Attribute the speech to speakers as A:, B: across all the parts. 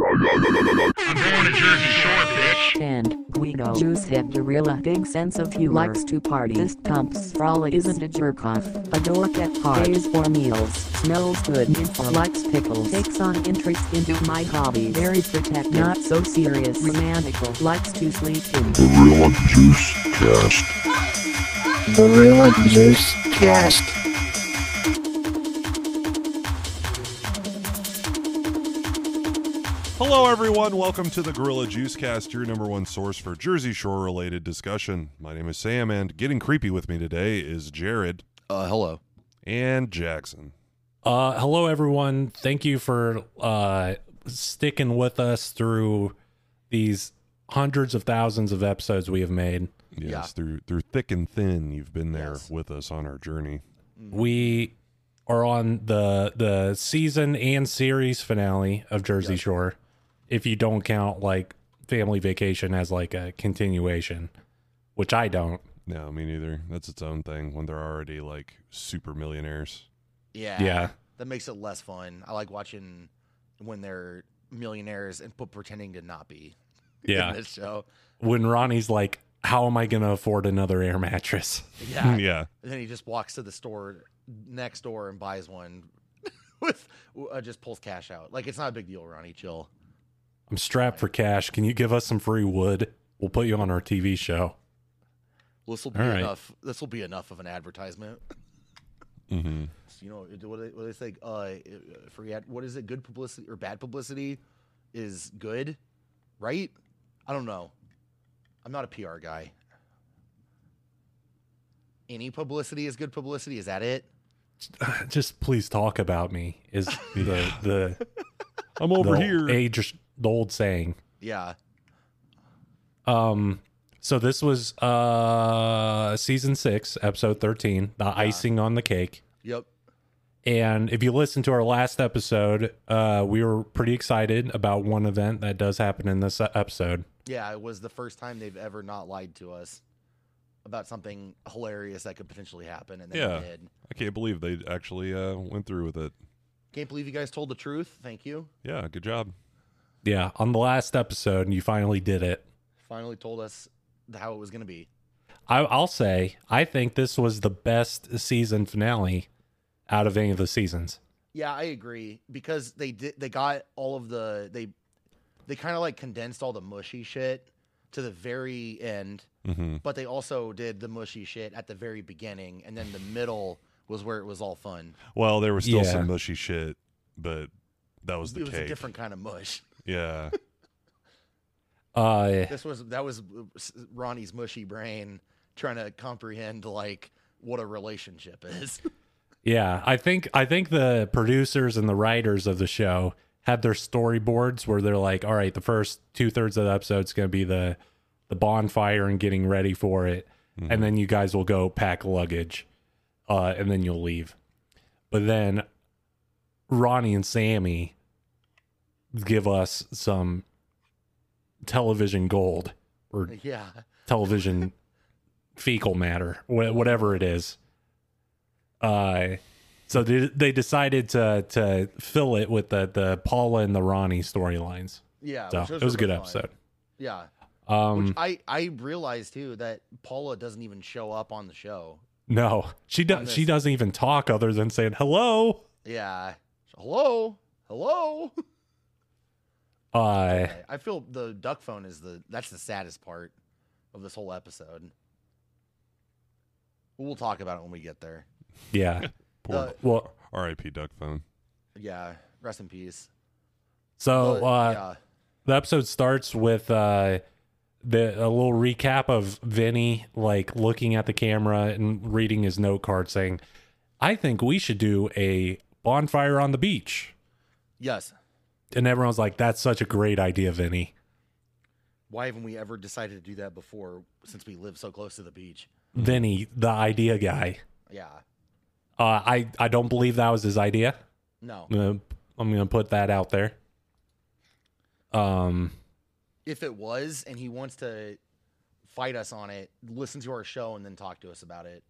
A: I'm going to Jersey Shore, bitch.
B: And Guido Juice had a really big sense of humor. Likes to party. This pumps frolic isn't a jerk off. A dork at parties or meals. Smells good. Info likes pickles. Takes on interest into my hobby. Very protective. Not so serious. Romantical. Likes to sleep in.
C: Gorilla Juice Cast.
D: Gorilla Juice Cast.
E: Hello, everyone. Welcome to the Gorilla Juice Cast, your number one source for Jersey Shore related discussion. My name is Sam, and getting creepy with me today is Jared
F: Uh, hello.
E: and Jackson.
G: Uh, hello, everyone. Thank you for uh, sticking with us through these hundreds of thousands of episodes we have made.
E: Yes,
F: Yeah.
E: through through thick and thin, you've been there
F: Yes.
E: with us on our journey.
G: We are on the the season and series finale of Jersey Shore, if you don't count like Family Vacation as like a continuation, which I don't.
E: No, me neither. That's its own thing when they're already like super millionaires.
F: Yeah.
G: Yeah,
F: That makes it less fun. I like watching when they're millionaires and but pretending to not be.
G: Yeah.
F: In this show.
G: when Ronnie's like, "How am I going to afford another air mattress?"
F: Yeah.
E: yeah.
F: And then he just walks to the store next door and buys one. With uh, just pulls cash out. Like it's not a big deal, Ronnie. Chill.
G: I'm strapped for cash. Can you give us some free wood? We'll put you on our TV show.
F: This will be
G: All right.
F: enough. This will be enough of an advertisement.
E: Mm-hmm.
F: You know it- what do they, what do they say? Uh, uh, free ad. What is it? Good publicity or bad publicity is good, right? I don't know. I'm not a PR guy. Any publicity is good publicity. Is that it?
G: just please talk about me is the the,
E: I'm over
G: the
E: here.
G: age the old saying
F: Yeah.
G: um so this was uh season six episode 13 the icing on the cake
F: Yep.
G: and if you listen to our last episode uh we were pretty excited about one event that does happen in this e, episode
F: Yeah. It was the first time they've ever not lied to us about something hilarious that could potentially happen, and then
E: Yeah.
F: it did.
E: I can't believe they actually uh, went through with it.
F: Can't believe you guys told the truth. Thank you.
E: Yeah, good job.
G: yeah on the last episode you finally did it
F: Finally told us how it was going to be.
G: I, i'll say i think this was the best season finale out of any of the seasons
F: Yeah, I agree because they did they got all of the they they kind of like condensed all the mushy shit to the very end,
E: Mm-hmm.
F: but they also did the mushy shit at the very beginning and then the middle was where it was all fun.
E: Well, there was still
G: Yeah.
E: some mushy shit, but that was the
F: it was
E: cake.
F: a different kind of mush.
E: Yeah.
G: uh
F: This was that was Ronnie's mushy brain trying to comprehend like what a relationship is.
G: Yeah, I think I think the producers and the writers of the show had their storyboards where they're like, "All right, the first two thirds of the episode's going to be the the bonfire and getting ready for it, and then you guys will go pack luggage, uh, and then you'll leave." But then Ronnie and Sammy give us some television gold or
F: yeah.
G: television fecal matter, wha- whatever it is. Uh, so they, they decided to to fill it with the the Paula and the Ronnie storylines.
F: Yeah,
G: So
F: which
G: it
F: those
G: was a
F: were
G: good
F: fun.
G: episode.
F: Yeah.
G: Um,
F: Which I I realized too that Paula doesn't even show up on the show.
G: no, she
F: on
G: does.
F: this-
G: She doesn't even talk other than saying hello.
F: Yeah. Hello. Hello.
G: Uh,
F: I feel the duck phone is the that's the saddest part of this whole episode. We'll talk about it when we get there.
G: yeah.
E: Poor
F: Uh,
G: Well,
E: R.I.P. Duck Phone.
F: Yeah. Rest in peace.
G: so
F: But,
G: uh,
F: yeah.
G: the episode starts with uh the a little recap of Vinny like looking at the camera and reading his note card saying, I think we should do a bonfire on the beach.
F: Yes.
G: And everyone's like, That's such a great idea, Vinny.
F: Why haven't we ever decided to do that before since we live so close to the beach?
G: Vinny, the idea guy.
F: Yeah.
G: Uh I, I don't believe that was his idea.
F: No.
G: I'm gonna, I'm gonna put that out there. Um
F: If it was and he wants to fight us on it, listen to our show and then talk to us about it.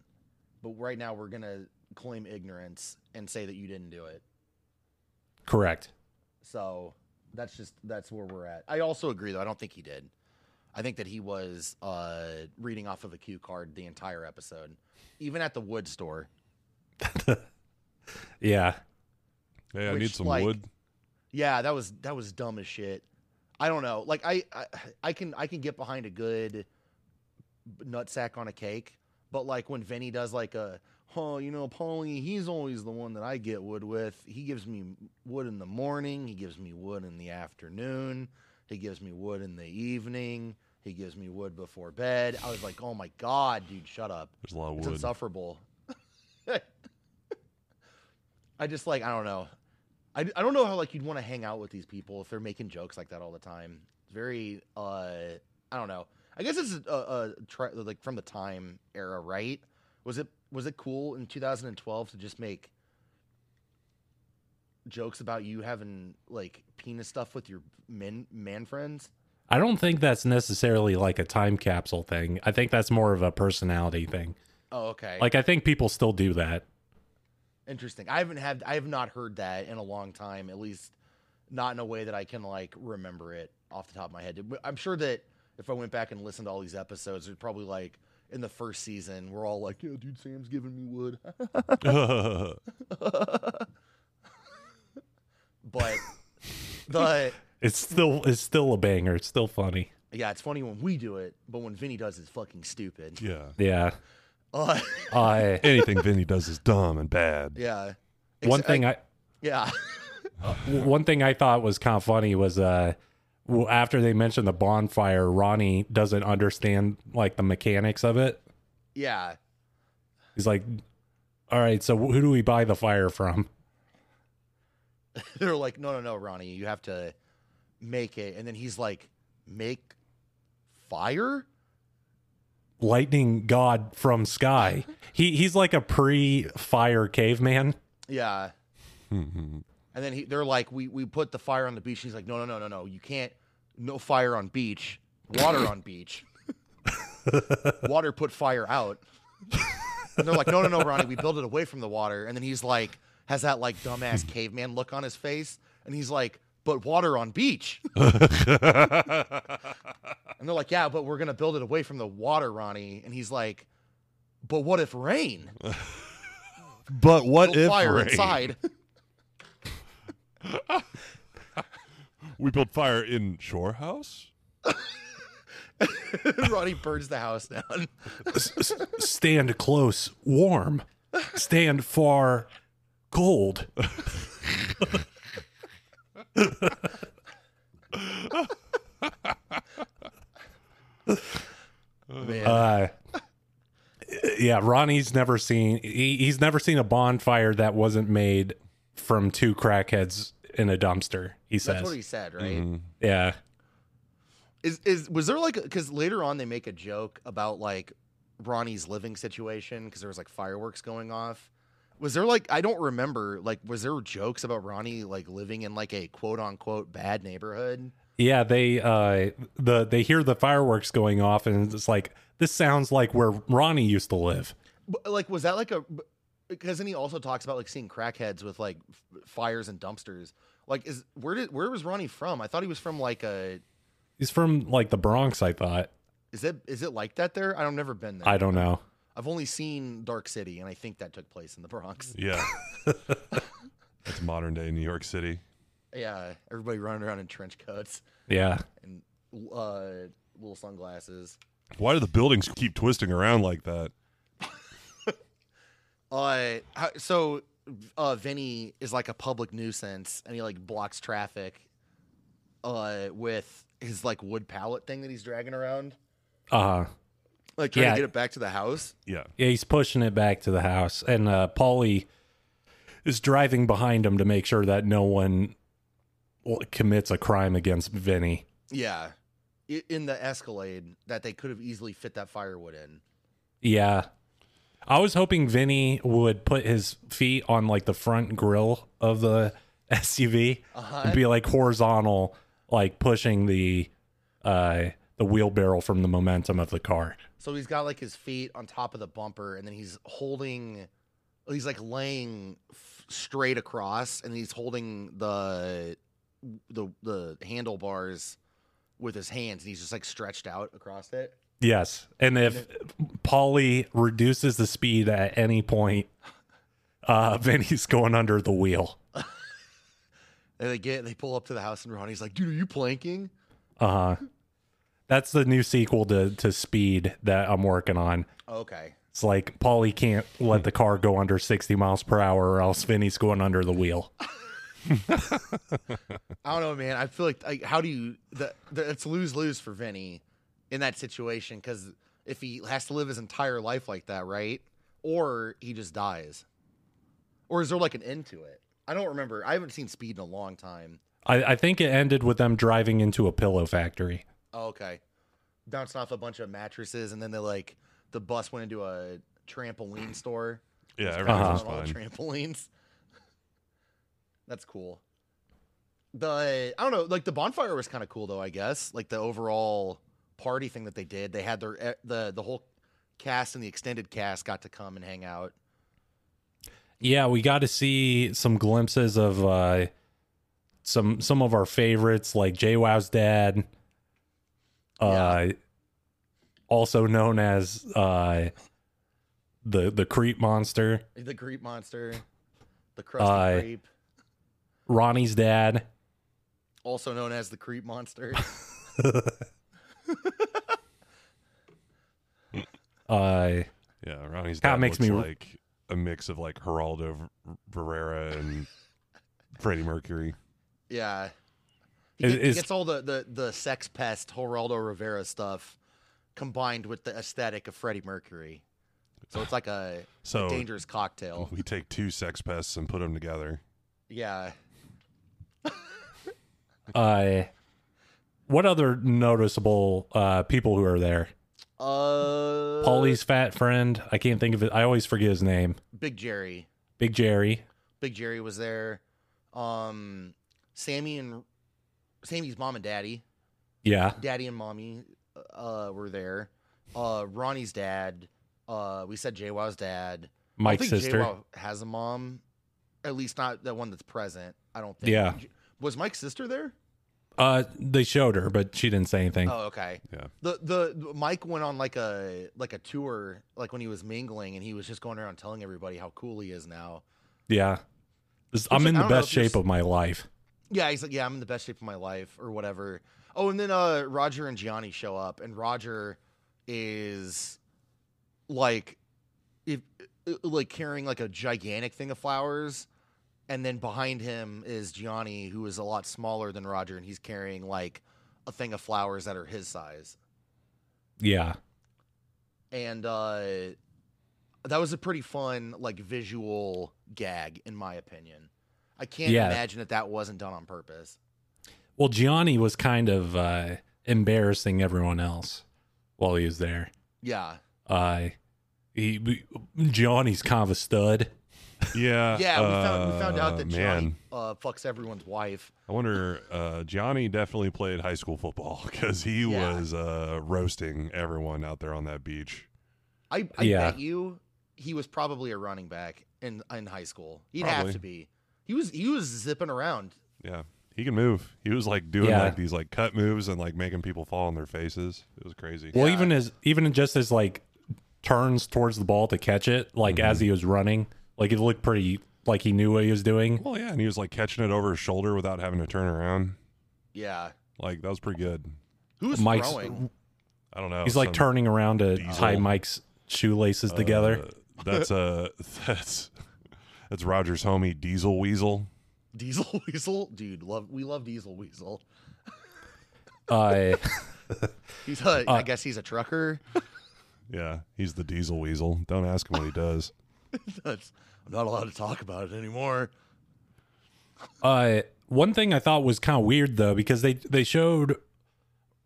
F: But right now we're going to claim ignorance and say that you didn't do it.
G: correct.
F: So That's just that's where we're at. I also agree though. I don't think he did. I think that he was uh, reading off of a cue card the entire episode, even at the wood store.
G: Yeah.
E: Hey, I
F: Which,
E: need some
F: like-
E: wood.
F: Yeah, that was that was dumb as shit. I don't know. Like I I, I can I can get behind a good nutsack on a cake, but like when Vinny does like a oh you know Paulie he's always the one that I get wood with. He gives me wood in the morning. He gives me wood in the afternoon. He gives me wood in the evening. He gives me wood before bed. I was like, oh my god, dude, shut up.
E: There's a lot
F: It's
E: of wood.
F: insufferable. I just like I don't know. I, I don't know how like you'd want to hang out with these people if they're making jokes like that all the time. It's very uh I don't know. I guess it's uh, uh tri- like from the time era, right? Was it was it cool in 2012 to just make jokes about you having like penis stuff with your men man friends?
G: I don't think that's necessarily like a time capsule thing. I think that's more of a personality thing.
F: Oh, okay.
G: Like I think people still do that.
F: Interesting. I haven't had I have not heard that in a long time, at least not in a way that I can like remember it off the top of my head. But I'm sure that if I went back and listened to all these episodes, it's probably like in the first season, we're all like, "Yeah, dude, Sam's giving me wood." but the
G: It's still it's still a banger. It's still funny.
F: yeah, it's funny when we do it, but when Vinny does, it's fucking stupid.
E: yeah.
G: Yeah.
F: Uh,
G: I
E: Anything Vinny does is dumb and bad.
F: yeah.
G: one
F: Exa- uh,
G: thing I
F: yeah.
G: w- one thing I thought was kind of funny was uh w- after they mentioned the bonfire, Ronnie doesn't understand like the mechanics of it.
F: Yeah.
G: He's like, "All right, so who do we buy the fire from?"
F: they're like, no, no, no, Ronnie, you have to make it. And then he's like, make fire?
G: Lightning god from sky. He he's like a pre-fire caveman.
F: Yeah.
E: Mhm.
F: And then he, they're like, we, we put the fire on the beach. He's like, no, no, no, no, no. You can't. No fire on beach. Water on beach. water put fire out. and they're like, no, no, no, Ronnie, we build it away from the water. And then he's like, has that like dumbass caveman look on his face. And he's like, but water on beach.
E: hmm.
F: And they're like, yeah, but we're going to build it away from the water, Ronnie. And he's like, but what if rain?
E: but what
F: Build
E: if
F: fire
E: rain?
F: inside.
E: we built fire in Shore House?
F: Ronnie burns the house down.
G: S- s- Stand close, warm. Stand far, cold.
F: Man.
G: Uh, yeah, Ronnie's never seen he, he's never seen a bonfire that wasn't made from two crackheads in a dumpster. He
F: That's
G: says,
F: what he said, right?
E: Mhm.
G: "Yeah,
F: Is is was there like because later on they make a joke about like Ronnie's living situation because there was like fireworks going off. Was there like I don't remember like was there jokes about Ronnie like living in like a quote unquote bad neighborhood?
G: yeah." They uh, the they hear the fireworks going off, and it's like this sounds like where Ronnie used to live.
F: But, like was that like a because then he also talks about like seeing crackheads with like f- fires and dumpsters. Like is where did where was Ronnie from? I thought he was from like a
G: He's from like the Bronx, I thought.
F: is it is it like that there? I don't never been there.
G: I don't know.
F: I've only seen Dark City and I think that took place in the Bronx.
E: Yeah. That's modern day New York City.
F: Yeah, everybody running around in trench coats
G: Yeah,
F: and uh, little sunglasses.
E: Why do the buildings keep twisting around like that?
F: Uh, how- so uh, Vinny is like a public nuisance, and he like blocks traffic, uh, with his like wood pallet thing that he's dragging around,
G: uh,
F: like trying
G: Yeah.
F: to get it back to the house.
E: Yeah.
G: yeah. He's pushing it back to the house, and uh, Polly is driving behind him to make sure that no one well, commits a crime against Vinny.
F: Yeah, I- in the Escalade that they could have easily fit that firewood in.
G: Yeah. I was hoping Vinny would put his feet on like the front grill of the SUV
F: Uh,
G: and be like horizontal, like pushing the uh the wheelbarrow from the momentum of the car.
F: So he's got like his feet on top of the bumper, and then he's holding, he's like laying f- straight across, and he's holding the the the handlebars with his hands, and he's just like stretched out across it.
G: Yes. And if Polly reduces the speed at any point, uh, Vinny's going under the wheel.
F: And they get they pull up to the house, and Ronnie's like, "Dude, are you planking?"
G: Uh huh. That's the new sequel to, to Speed that I'm working on.
F: Okay,
G: It's like Polly can't let the car go under 60 miles per hour or else Vinny's going under the wheel.
F: I don't know, man. I feel like like how do you the, the it's lose lose for Vinny in that situation because if he has to live his entire life like that, right? Or he just dies, or is there like an end to it? I don't remember. I haven't seen Speed in a long time.
G: I, I think it ended with them driving into a pillow factory.
F: Oh, okay, bouncing off a bunch of mattresses, and then they like the bus went into a trampoline store.
E: Yeah,
F: It's
E: everything was
F: on all the
E: fine.
F: trampolines. That's cool. The I don't know, like the bonfire was kind of cool though. I guess like the overall party thing that they did. They had their eh, the the whole cast and the extended cast got to come and hang out.
G: Yeah, we got to see some glimpses of uh, some some of our favorites like JWoww's dad, uh, also known as uh, the the creep monster,
F: The creep monster, the crusty
G: Uh,
F: creep,
G: Ronnie's dad.
F: also known as the creep monster.
G: Uh,
E: Yeah, Ronnie's
G: Kinda
E: dad
G: makes
E: looks
G: me-
E: like a mix of like Geraldo Ver- Rivera and Freddie Mercury.
F: yeah, he,
G: Is-
F: get- he
G: is-
F: gets all the the the sex pest Geraldo Rivera stuff combined with the aesthetic of Freddie Mercury. So it's like a
E: So
G: Oh.
F: dangerous cocktail.
E: we take two sex pests and put them together.
F: Yeah.
G: uh, what other noticeable uh, people who are there?
F: Uh
G: Paulie's fat friend. I can't think of it. I always forget his name.
F: Big Jerry.
G: Big Jerry.
F: Big Jerry was there. Um Sammy and Sammy's mom and daddy,
G: Yeah.
F: daddy and mommy uh were there. Uh Ronnie's dad, uh we said JWoww's dad. I
G: Mike's
F: think
G: sister.
F: JWoww has a mom. At least not the one that's present. I don't think.
G: Yeah.
F: J- Was Mike's sister there?
G: Uh, they showed her, but she didn't say anything.
F: Oh, okay.
E: Yeah.
F: The the Mike went on like a like a tour like when he was mingling and he was just going around telling everybody how cool he is now.
G: Yeah. This- I'm
F: Which,
G: in
F: I
G: the
F: don't know
G: best
F: if you're
G: shape
F: s-
G: of my life.
F: Yeah, he's like, yeah, I'm in the best shape of my life or whatever. Oh, and then uh, Roger and Gianni show up, and Roger is like, if like carrying like a gigantic thing of flowers, and then behind him is Gianni, who is a lot smaller than Roger, and he's carrying like a thing of flowers that are his size.
G: Yeah.
F: And uh, that was a pretty fun like visual gag, in my opinion. I can't
G: Yeah.
F: imagine that that wasn't done on purpose.
G: Well, Gianni was kind of uh, embarrassing everyone else while he was there.
F: Yeah.
G: Uh, he, we- Gianni's kind of a stud.
E: Yeah,
F: Yeah, we found, we found out
E: uh,
F: that
E: man.
F: Johnny uh, fucks everyone's wife.
E: I wonder. Uh, Johnny definitely played high school football because he
F: Yeah.
E: was uh, roasting everyone out there on that beach.
F: I, I
G: Yeah.
F: bet you he was probably a running back in in high school. He'd have
E: Probably.
F: to be. He was he was zipping around.
E: Yeah, he can move. He was like doing
G: Yeah.
E: like these like cut moves and like making people fall on their faces. It was crazy.
G: Well,
F: Yeah.
G: even as even just as like turns towards the ball to catch it, like
F: Mm-hmm.
G: as he was running, like it looked pretty like he knew what he was doing.
E: Well, yeah, and he was like catching it over his shoulder without having to turn around.
F: Yeah.
E: Like that was pretty good.
F: Who's
G: Mike's
F: throwing?
E: I don't know.
G: he's like
E: some-
G: turning around to
E: diesel.
G: tie Mike's shoelaces together.
E: Uh, that's uh that's that's Roger's homie Diesel Weasel.
F: Diesel Weasel, dude. Love we love Diesel Weasel.
G: Uh,
F: He's a, I guess he's a trucker.
E: Yeah, he's the Diesel Weasel. Don't ask him what he does.
F: That's, I'm not allowed to talk about it anymore.
G: Uh, one thing I thought was kind of weird though, because they they showed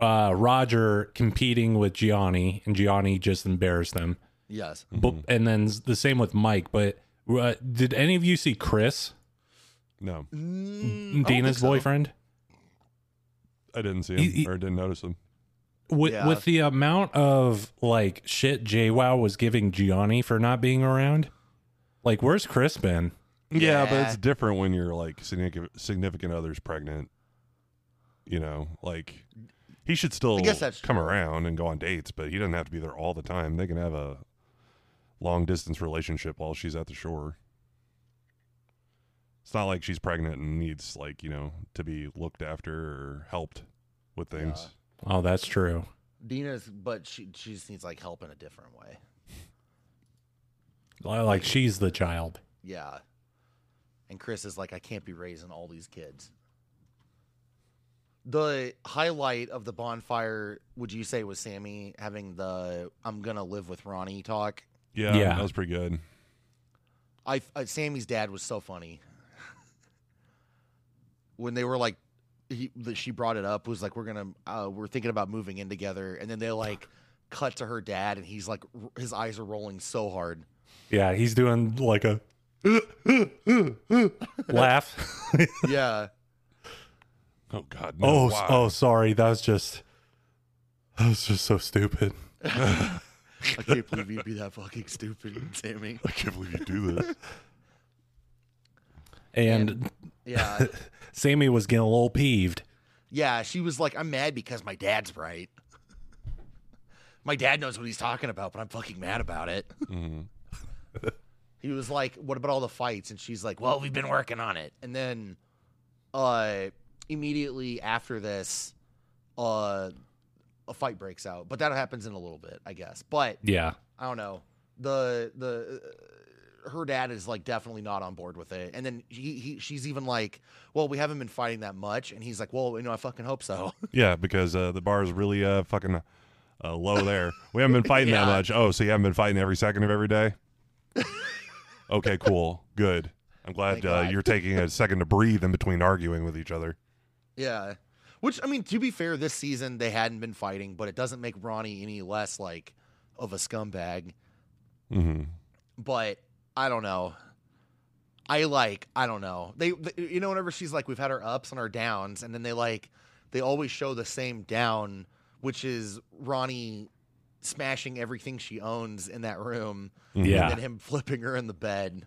G: uh Roger competing with Gianni, and Gianni just embarrassed him.
F: Yes.
E: Mm-hmm.
G: But and then s- the same with Mike. But uh, did any of you see Chris,
E: No,
F: Mm, I don't
G: Dina's
F: think so.
G: boyfriend?
E: I didn't see him
G: He- he-
E: or didn't notice him.
G: With
F: Yeah.
G: with the amount of like shit JWoww was giving Gianni for not being around, like where's Chris been?
E: Yeah, but
F: Yeah.
E: it's different when you're like significant significant other's pregnant You know, like he should still
F: guess that's
E: come around and go on dates, but he doesn't have to be there all the time. They can have a long distance relationship while she's at the shore. It's not like she's pregnant and needs like, you know, to be looked after or helped with things.
G: Oh, that's true.
F: Dina's, but she she just needs like help in a different way.
G: Li- Like she's the child.
F: Yeah. And Chris is like, I can't be raising all these kids. The highlight of the bonfire, would you say, was Sammy having the "I'm gonna live with Ronnie" talk?
E: Yeah,
G: Yeah.
E: that was pretty good.
F: I uh, Sammy's dad was so funny when they were like, he, the, she brought it up was like, we're gonna, uh, we're thinking about moving in together, and then they like cut to her dad, and he's like, r- his eyes are rolling so hard.
G: Yeah, he's doing like a laugh.
F: yeah,
E: Oh God! No,
G: oh, s-
E: why?
G: oh, sorry. That was just that was just so stupid.
F: I can't believe you'd be that fucking stupid, Sammy.
E: I can't believe you do this.
G: And,
F: Yeah,
G: Sammy was getting a little peeved.
F: yeah, she was like, I'm mad because my dad's right. My dad knows what he's talking about, but I'm fucking mad about it.
E: Mhm.
F: he was like, "What about all the fights?" And she's like, "Well, we've been working on it." And then, uh, immediately after this, uh, a fight breaks out. But that happens in a little bit, I guess. But
G: Yeah.
F: I don't know. The the uh, her dad is like definitely not on board with it. And then he, he she's even like, "Well, we haven't been fighting that much." And he's like, "Well, you know, I fucking hope so."
E: Yeah, because uh, the bar is really uh, fucking uh, low there. We haven't been fighting that
F: Yeah.
E: much. Oh, so you haven't been fighting every second of every day? Okay, cool. Good. I'm glad
F: Thank
E: uh,
F: God.
E: you're taking a second to breathe in between arguing with each other.
F: yeah. Which I mean, to be fair, this season they hadn't been fighting, but it doesn't make Ronnie any less like of a scumbag.
E: hmm
F: but I don't know. I like I don't know. They, th you know whenever she's like we've had our ups and our downs and then they like they always show the same down which is Ronnie smashing everything she owns in that room
E: Mm-hmm.
G: Yeah.
F: and then him flipping her in the bed.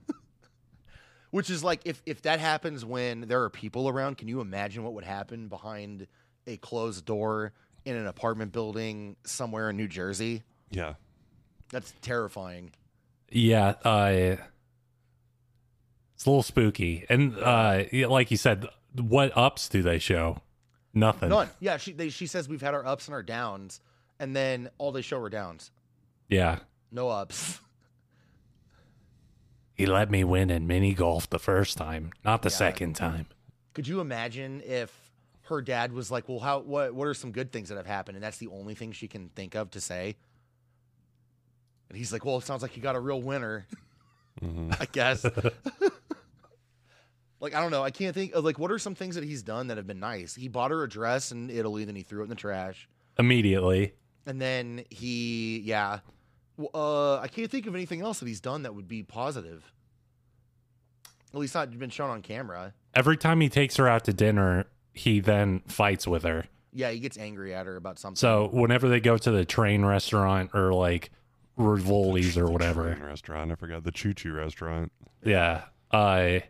F: which is like if if that happens when there are people around, can you imagine what would happen behind a closed door in an apartment building somewhere in New Jersey?
E: Yeah.
F: That's terrifying.
G: Yeah, uh it's a little spooky. And uh yeah, like you said, what ups do they show? Nothing.
F: None. Yeah, she they, she says we've had our ups and our downs, and then all they show are downs,
G: Yeah.
F: no ups.
G: He let me win in mini golf the first time, not the
F: Yeah.
G: second time.
F: Could you imagine if her dad was like, "Well, how what what are some good things that have happened?" And that's the only thing she can think of to say. And he's like, "Well, it sounds like you got a real winner,
E: hmm
F: I guess." like I don't know, I can't think of like what are some things that he's done that have been nice. He bought her a dress in Italy, then he threw it in the trash.
G: Immediately.
F: And then he, yeah, W- uh, I can't think of anything else that he's done that would be positive. At least not been shown on camera.
G: Every time he takes her out to dinner, he then fights with her.
F: Yeah, he gets angry at her about something.
G: So whenever they go to the train restaurant or like Rivoli's or
E: Train
G: whatever.
E: Restaurant. I forgot the Choo Choo restaurant.
G: Yeah. Uh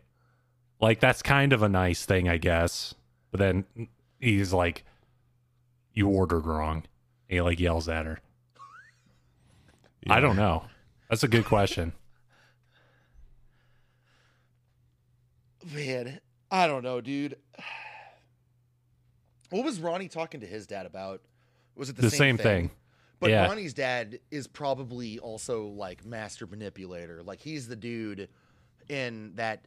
G: like that's kind of a nice thing, I guess. But then he's like, You ordered wrong. And he like yells at her. I
E: Yeah.
G: don't know. That's a good question.
F: man, I don't know, dude. What was Ronnie talking to his dad about? Was it the,
G: the same, thing.
F: But
G: Yeah.
F: Ronnie's dad is probably also like master manipulator. Like he's the dude in that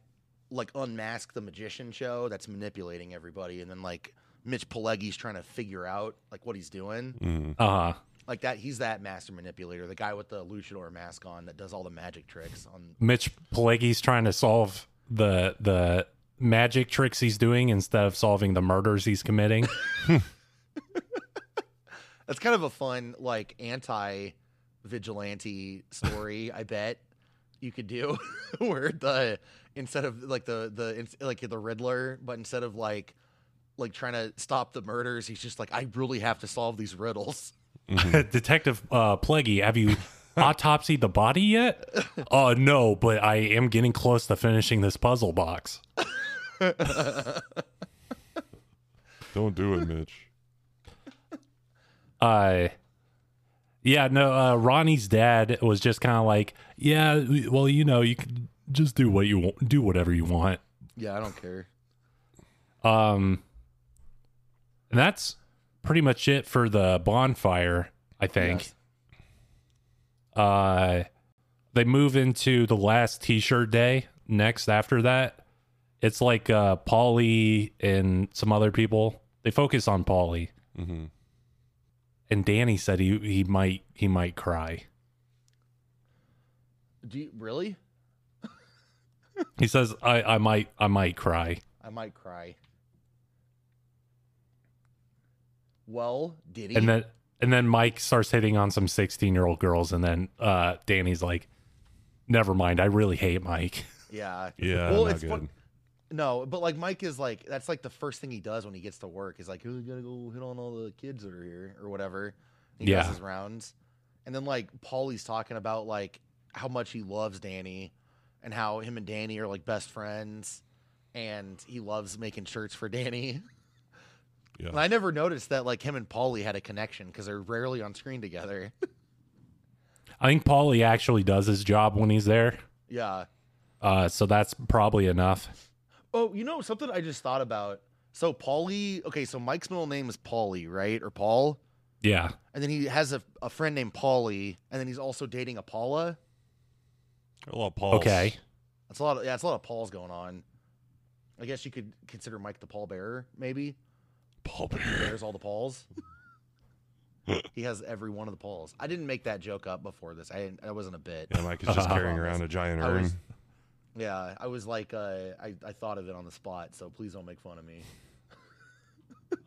F: like unmask the magician show that's manipulating everybody and then like Mitch Pileggi's trying to figure out like what he's doing.
E: Mhm.
G: Uh huh.
F: Like that he's that master manipulator, the guy with the luchador mask on that does all the magic tricks on
G: Mitch Pileggi's trying to solve the the magic tricks he's doing instead of solving the murders he's committing.
F: That's kind of a fun like anti vigilante story, I bet you could do where the instead of like the the ins- like the Riddler, but instead of like like trying to stop the murders, he's just like I really have to solve these riddles.
G: Detective uh, Pleggy, have you autopsied the body yet? Uh, no, but I am getting close to finishing this puzzle box.
E: Don't do it, Mitch.
G: Uh, yeah, no, uh, Ronnie's dad was just kind of like, yeah, w- well, you know, you can just do what you want, do whatever you want.
F: Yeah, I don't care.
G: Um, and that's pretty much it for the bonfire, I think.
F: Yes.
G: Uh, they move into the last T-shirt day. Next after that, it's like uh, Polly and some other people. They focus on Polly,
E: Mm-hmm.
G: and Danny said he he might he might cry.
F: Do you really?
G: He says I I might I might cry.
F: I might cry. Well, did he?
G: and then and then Mike starts hitting on some 16 year old girls, and then uh, Danny's like, "Never mind, I really hate Mike."
F: yeah.
E: Yeah,
F: Well,
E: not
F: it's
E: good.
F: fun- No, but like Mike is like that's like the first thing he does when he gets to work is like, oh, we gotta go hit on all the kids that are here or whatever. He
G: Yeah.
F: does his rounds, and then like Paulie's talking about like how much he loves Danny, and how him and Danny are like best friends, and he loves making shirts for Danny.
E: Yeah.
F: And I never noticed that like him and Paulie had a connection because they're rarely on screen together.
G: I think Paulie actually does his job when he's there,
F: yeah.
G: uh, so that's probably enough.
F: Oh, you know something I just thought about. So Paulie, okay, so Mike's middle name is Paulie, right? Or Paul?
G: Yeah,
F: and then he has a, a friend named Polly, and then he's also dating a Paula.
E: A lot of Pauls.
G: okay,
F: That's a lot. Of, yeah, that's a lot of Pauls going on. I guess you could consider Mike the Paul Bearer, maybe.
E: Paul
F: He
E: Bear.
F: bears all the Pauls. he has every one of the Pauls. I didn't make that joke up before this. I didn't, that wasn't a bit.
E: Yeah, Mike is just
G: Uh-huh.
E: carrying around a giant
F: I
E: urn.
F: was- Yeah, I was like, uh, I I thought of it on the spot, so please don't make fun of me.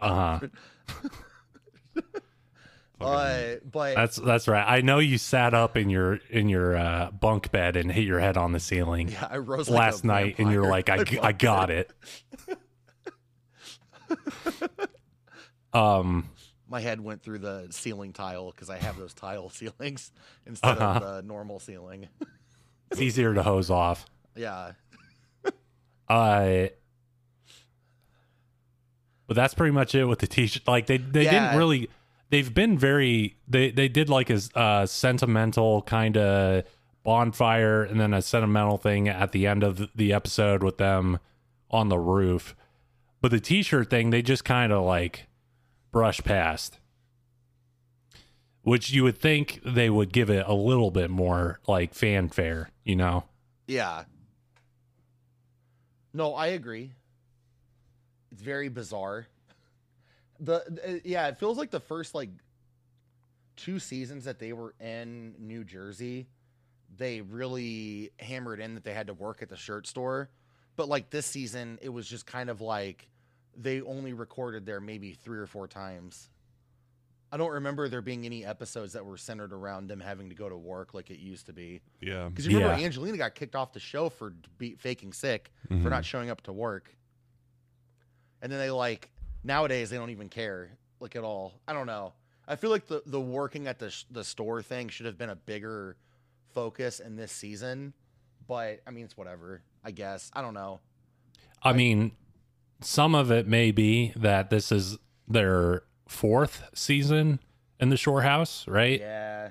G: uh huh,
E: Fucking-
F: Uh, but
G: that's that's right. I know you sat up in your in your uh, bunk bed and hit your head on the ceiling
F: yeah, I rose like a
G: last night, and you're
F: vampire.
G: like, "I g- I
F: loved
G: got it." um.
F: my head went through the ceiling tile because I have those tile ceilings instead of
G: Uh-huh.
F: the normal ceiling.
G: It's easier to hose off.
F: yeah.
G: Uh, but that's pretty much it with the t-shirt. Like they they
F: Yeah.
G: didn't really. They've been very. They they did like a uh, sentimental kind of bonfire, and then a sentimental thing at the end of the episode with them on the roof. But the t-shirt thing, they just kind of like brush past. Which you would think they would give it a little bit more like fanfare, you know?
F: Yeah. No, I agree. It's very bizarre. The uh, yeah, it feels like the first like two seasons that they were in New Jersey, they really hammered in that they had to work at the shirt store. But like this season, it was just kind of like they only recorded there maybe three or four times. I don't remember there being any episodes that were centered around them having to go to work like it used to be.
E: yeah.
F: Because you remember
G: Yeah.
F: Angelina got kicked off the show for be- faking sick for
G: Mm-hmm.
E: Mhm.
F: not showing up to work, and then they like nowadays they don't even care like at all. I don't know. I feel like the the working at the sh- the store thing should have been a bigger focus in this season, but I mean it's whatever. I guess I don't know.
G: I mean, some of it may be that this is their fourth season in the Shore House, right?
F: Yeah,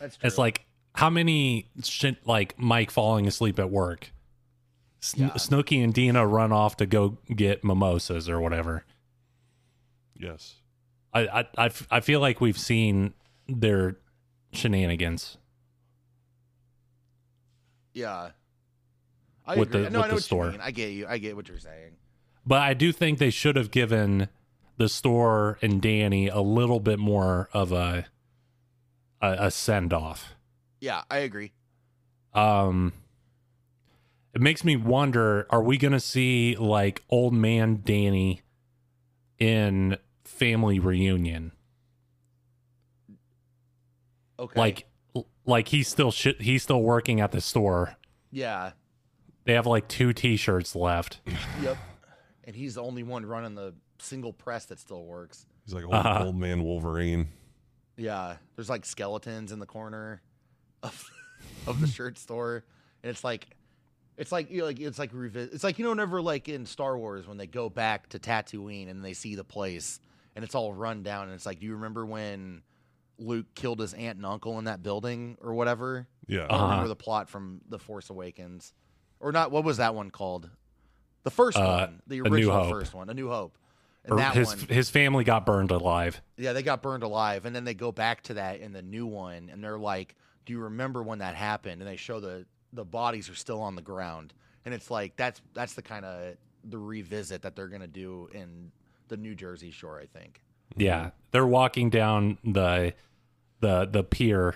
F: that's true.
G: It's like how many shit like Mike falling asleep at work, Sn-
F: Yeah.
G: Snooky and Dina run off to go get mimosas or whatever.
E: Yes.
G: I I I f- I feel like we've seen their shenanigans.
F: yeah, I
G: With
F: agree.
G: the-
F: no,
G: with
F: I
G: the
F: know what
G: store.
F: you mean. I get you. I get what you're saying.
G: But I do think they should have given the store and Danny a little bit more of a a, a send off.
F: Yeah, I agree.
G: um it makes me wonder are we gonna see like old man danny in family reunion
F: Okay.
G: like like he's still shit he's still working at the store
F: yeah.
G: they have like two t-shirts left
F: Yep. And he's the only one running the single press that still works.
E: He's like old,
G: Uh-huh.
E: old man Wolverine.
F: Yeah. There's like skeletons in the corner of, of the shirt store. And it's like, It's like you know, like it's like revisit. It's like you know, never like in Star Wars when they go back to Tatooine and they see the place and it's all run down and it's like, do you remember when Luke killed his aunt and uncle in that building or whatever?
E: Yeah.
F: I don't
G: Uh-huh.
F: remember the plot from The Force Awakens, or not? What was that one called? The first
G: Uh,
F: one, the
G: A New
F: original
G: Hope.
F: first one, A New Hope.
G: Or
F: And that
G: his
F: one,
G: his family got burned alive.
F: yeah, they got burned alive, and then they go back to that in the new one, and they're like, "Do you remember when that happened?" And they show the the bodies are still on the ground, and it's like that's that's the kind of the revisit that they're gonna do in the New Jersey Shore, I think.
G: Yeah, they're walking down the the the pier,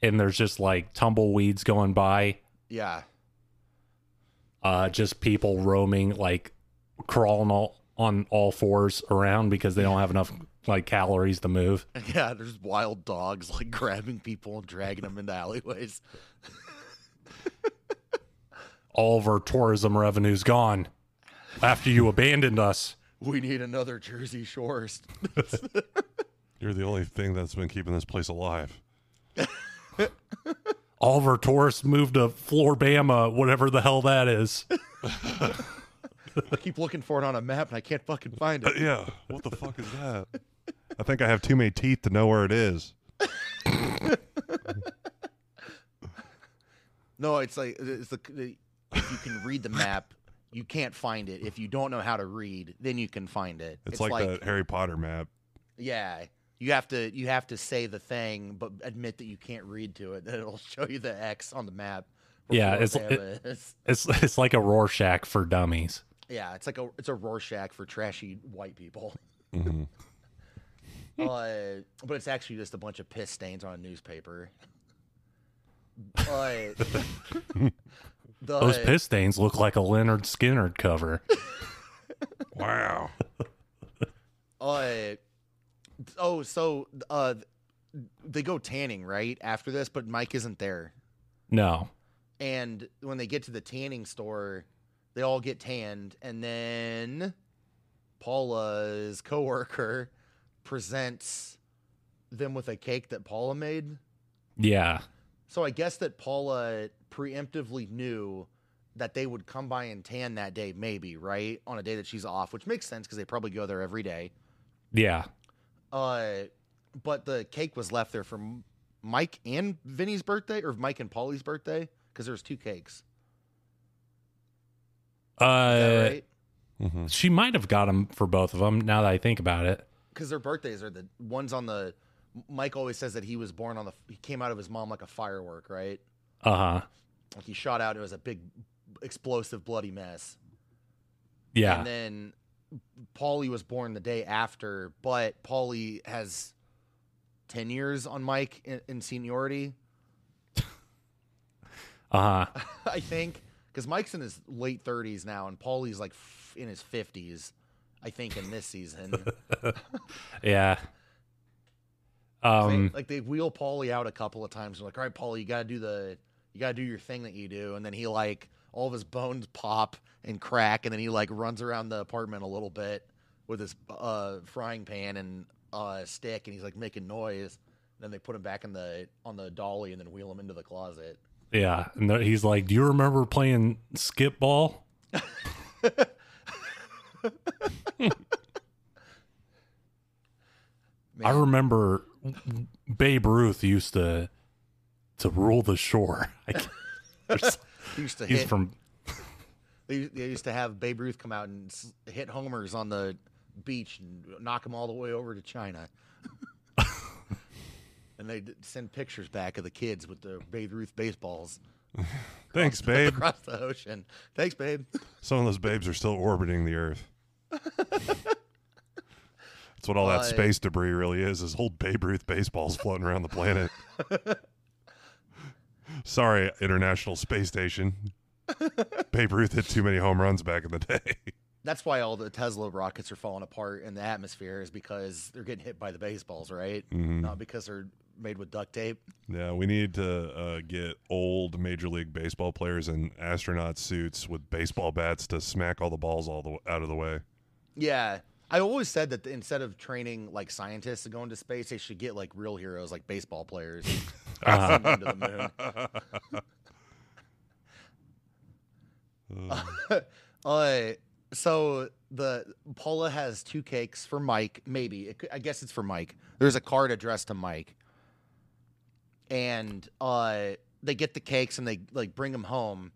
G: and there's just like tumbleweeds going by,
F: Yeah,
G: uh, just people roaming, like crawling all on all fours around because they don't have enough like calories to move.
F: yeah. There's wild dogs like grabbing people and dragging them into alleyways.
G: All of our tourism revenue's gone after you abandoned us.
F: We need another Jersey Shore.
E: You're the only thing that's been keeping this place alive.
G: All of our tourists moved to Floribama, whatever the hell that is.
F: I keep looking for it on a map and I can't fucking find
E: Uh,
F: it.
E: yeah. What the fuck is that? I think I have too many teeth to know where it is.
F: No, it's like it's the, the if you can read the map, you can't find it. If you don't know how to read, then you can find it.
E: It's, like, the Harry Potter map.
F: yeah, you have to you have to say the thing, but admit that you can't read to it. Then it'll show you the X on the map. where
G: Yeah, it's-
F: Floribama is.
G: It's it's like a Rorschach for dummies.
F: yeah, it's like a it's a Rorschach for trashy white people.
E: Mhm.
F: uh, but it's actually just a bunch of piss stains on a newspaper. But the,
G: Those piss stains look like a Leonard Skinner cover.
E: Wow.
F: Uh, oh, so uh, they go tanning right after this, but Mike isn't there.
G: No.
F: And when they get to the tanning store, they all get tanned, and then Paula's coworker presents them with a cake that Paula made.
G: Yeah.
F: So I guess that Paula preemptively knew that they would come by and tan that day, maybe right on a day that she's off, which makes sense because they probably go there every day.
G: Yeah.
F: Uh, but the cake was left there for M- Mike and Vinny's birthday, or Mike and Polly's birthday, because there was two cakes. Is that
G: Uh
F: right?
E: Mhm.
G: she might have got them for both of them now that I think about it.
F: Because their birthdays are the ones on the. Mike always says that he was born on the. He came out of his mom like a firework, right?
G: Uh-huh.
F: Like he shot out. It was a big, explosive, bloody mess.
G: Yeah.
F: And then Paulie was born the day after, but Paulie has ten years on Mike in, in seniority.
G: Uh-huh.
F: I think because Mike's in his late thirties now, and Paulie's like f- in his fifties. I think in this season,
G: Yeah.
F: They-
G: Um
F: like they wheel Paulie out a couple of times. And like, all right, Paulie, you gotta do the, you gotta do your thing that you do, and then he like all of his bones pop and crack, and then he like runs around the apartment a little bit with his uh, frying pan and uh, stick, and he's like making noise. Then they put him back in the on the dolly, and then wheel him into the closet.
G: yeah, and there- he's like, "Do you remember playing skip ball?" I
F: Man.
G: remember Babe Ruth used to to rule the shore. I can't- there's-
F: He used to
G: he's
F: hit
G: from
F: They, they used to have Babe Ruth come out and s- hit homers on the beach and knock them all the way over to China. and they'd send pictures back of the kids with the Babe Ruth baseballs
E: Thanks, babe.
F: across the ocean. Thanks, babe.
E: Some of those babes are still orbiting the Earth. That's what all that
F: Uh,
E: space debris really is, is old Babe Ruth baseballs floating around the planet. Sorry, International Space Station. Babe Ruth hit too many home runs back in the day.
F: That's why all the Tesla rockets are falling apart in the atmosphere is because they're getting hit by the baseballs, right?
E: Mm.
F: Not because they're made with duct tape.
E: Yeah, we need to uh, get old Major League Baseball players in astronaut suits with baseball bats to smack all the balls all the out of the way.
F: Yeah. I always said that instead of training like scientists to go into space, they should get like real heroes like baseball
G: Uh-huh.
F: players. Send them to the moon.
E: Uh,
F: uh, so the Paula has two cakes for Mike. Maybe it, could- I guess it's for Mike. There's a card addressed to Mike, and uh, they get the cakes and they like bring them home.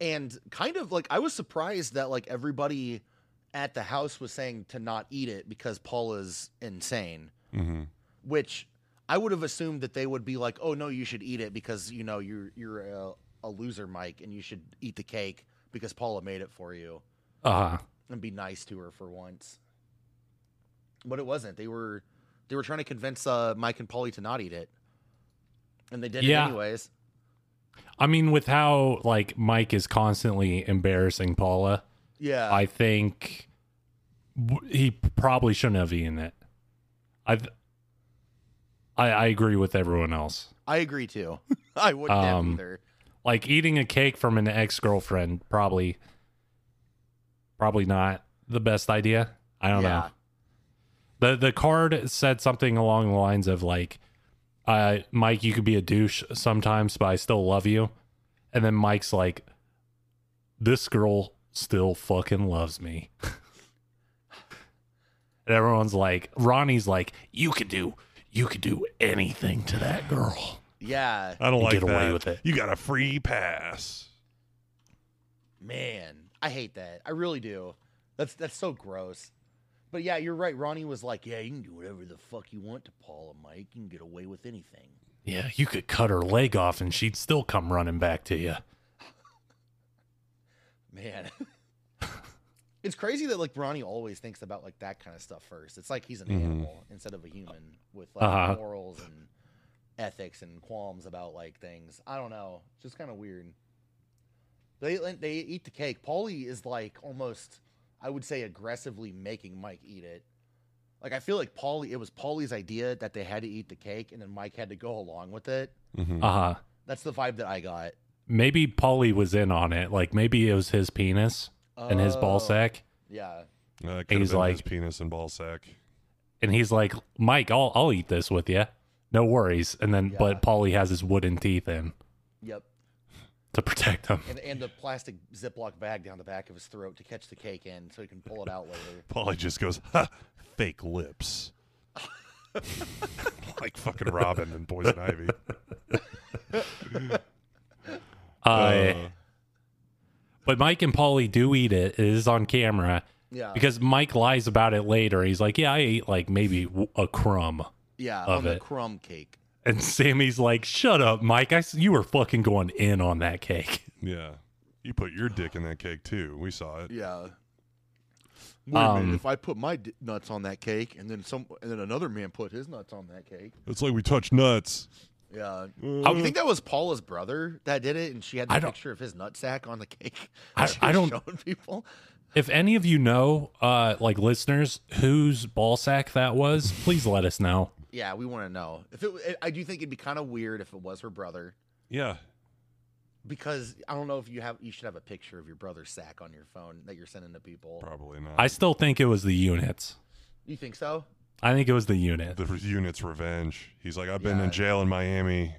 F: And kind of like I was surprised that like everybody at the house was saying to not eat it because Paula's insane.
E: mhm.
F: Which I would have assumed that they would be like, "Oh no, you should eat it because you know you're you're a, a loser, Mike, and you should eat the cake because Paula made it for you."
G: Uh-huh.
F: and be nice to her for once. But it wasn't. They were they were trying to convince uh, Mike and Polly to not eat it, and they did
G: Yeah.
F: it anyways.
G: I mean, with how like Mike is constantly embarrassing Paula,
F: Yeah,
G: I think w- he probably shouldn't have eaten it. I've, I I agree with everyone else.
F: I agree too. I wouldn't have
G: Um,
F: either.
G: Like eating a cake from an ex girlfriend, probably, probably not the best idea. I don't know.
F: yeah.
G: the the card said something along the lines of like uh mike you could be a douche sometimes but i still love you and then mike's like this girl still fucking loves me and everyone's like ronnie's like you could do you could do anything to that girl
F: Yeah,
E: I don't
G: You
E: like
G: get away
E: that.
G: with it.
E: You got a free pass.
F: man, I hate that. I really do. That's that's so gross. But yeah, you're right. Ronnie was like, "Yeah, you can do whatever the fuck you want to Paula, Mike. You can get away with anything."
G: yeah you could cut her leg off and she'd still come running back to you
F: Man. it's crazy that like Ronnie always thinks about like that kind of stuff first. It's like he's an
E: Mhm.
F: animal instead of a human with like
G: Mm-hmm. Uh-huh.
F: morals and ethics and qualms about like things. I don't know. It's just kind of weird. They they eat the cake. Paulie is like almost I would say aggressively making Mike eat it. Like I feel like Paulie it was Paulie's idea that they had to eat the cake and then Mike had to go along with it.
E: Mhm.
G: uh-huh
F: That's the vibe that I got.
G: maybe polly was in on it like maybe it was his penis and his ball
F: Oh,
G: sack
F: Yeah.
E: Uh, it could have
G: he's
E: been his
G: like-
E: penis and ball sack.
G: and he's like, "Mike, I'll I'll eat this with you, no worries." And then,
F: Yeah.
G: but Polly has his wooden teeth in
F: Yep.
G: to protect him.
F: and, and the plastic Ziploc bag down the back of his throat to catch the cake in so he can pull it out later.
E: Polly just goes, ha, fake lips. like fucking Robin and Poison Ivy.
G: Uh,
F: Oh.
E: Uh,
G: but Mike and Polly do eat it. It is on camera
F: Yeah.
G: because Mike lies about it later. He's like, "Yeah, I ate like maybe w- a crumb,"
F: yeah,
G: of
F: on the
G: it.
F: crumb cake.
G: and Sammy's like, "Shut up, Mike! I s- you were fucking going in on that cake."
E: yeah. You put your dick in that cake too. We saw it.
F: Yeah.
G: Um,
F: I put my d- nuts on that cake and then some and then another man put his nuts on that cake.
E: It's like we touched nuts.
F: Yeah.
E: Uh,
F: I think that was Paula's brother that did it and she had the
G: I don't-
F: picture of his nutsack on the cake.
G: I-
F: She
G: I
F: was
G: don't-
F: showing people.
G: If any of you know, uh, like listeners, whose ball sack that was, please let us know.
F: Yeah, we want to know. If it I do think it'd be kind of weird if it was her brother
E: yeah.
F: because I don't know if you have you should have a picture of your brother's sack on your phone that you're sending to people.
E: Probably not.
G: I still think it was the units.
F: You think so?
G: I think it was the unit.
E: the unit's revenge. He's like, I've been
F: Yeah.
E: in jail in Miami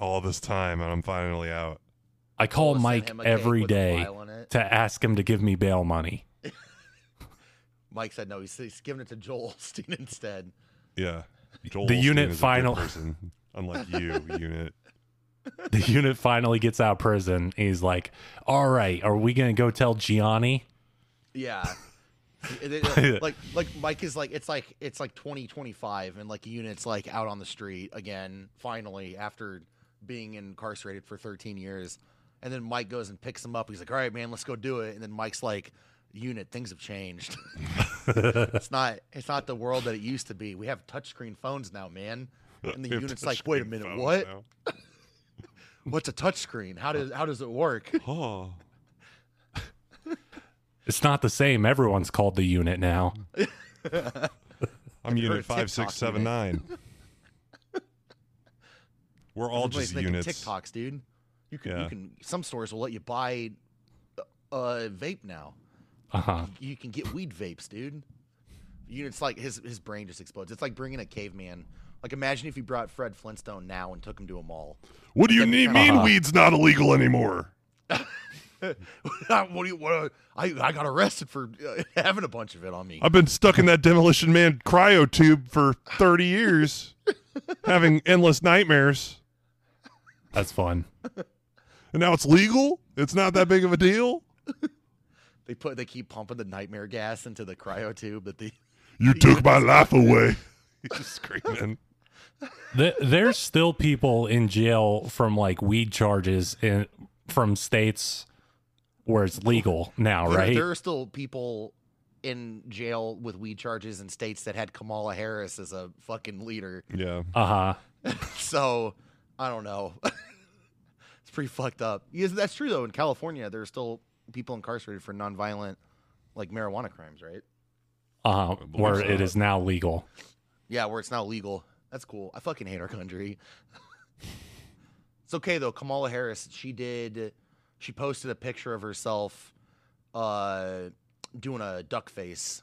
E: all this time and I'm finally out.
G: I call
F: Paula sent
G: Mike
F: him a cake
G: every
F: with a
G: day
F: file on it.
G: to ask him to give me bail money.
F: Mike said no. He's, he's giving it to Joel Steen instead.
E: Yeah. Joel
G: The
E: Osteen is
G: unit
E: a good
G: final-
E: person, unlike you, unit.
G: The unit finally gets out of prison. He's like, "All right, are we gonna go tell Gianni?"
F: Yeah. And it- like like Mike is like it's like it's like 2025 and like units like out on the street again finally after being incarcerated for 13 years and then Mike goes and picks him up he's like all right man let's go do it and then Mike's like unit things have changed it's not it's not the world that it used to be we have touchscreen phones now man and the
E: If
F: unit's
E: the
F: like wait a
E: screen
F: minute
E: phones
F: what
E: now.
F: what's a touchscreen how does how does it work
E: Oh.
G: It's not the same. Everyone's called the unit now.
E: I'm
F: you
E: unit
F: heard of TikTok
E: five six seven nine. We're all
F: Everybody's
E: just
F: making
E: units.
F: TikToks, dude. You can,
E: Yeah.
F: you can. Some stores will let you buy uh, vape now.
G: Uh huh.
F: You can get weed vapes, dude. You, it's like his his brain just explodes. It's like bringing a caveman. Like imagine if you brought Fred Flintstone now and took him to a mall.
E: What do you
F: That'd be
E: need,
F: kinda
E: mean
G: hot.
E: weed's not illegal anymore?
F: what do you? What, I I got arrested for uh, having a bunch of it on me.
E: I've been stuck in that demolition man cryo tube for 30 years, having endless nightmares.
G: That's fun.
E: And now it's legal? It's not that big of a deal?
F: They put they keep pumping the nightmare gas into the cryo tube that the
E: You took my life away. He's just screaming.
G: Th there's still people in jail from like weed charges in from states where it's legal now,
F: There-
G: right?
F: There are still people in jail with weed charges in states that had Kamala Harris as a fucking leader.
E: Yeah.
G: Uh huh.
F: So I don't know. it's pretty fucked up. Yes, that's true though. In California, there are still people incarcerated for nonviolent, like marijuana crimes, right?
G: Uh huh.
E: believe
G: Where
E: so.
G: it is now legal.
F: Yeah, where it's now legal. That's cool. I fucking hate our country. it's okay though. Kamala Harris, she did. She posted a picture of herself uh, doing a duck face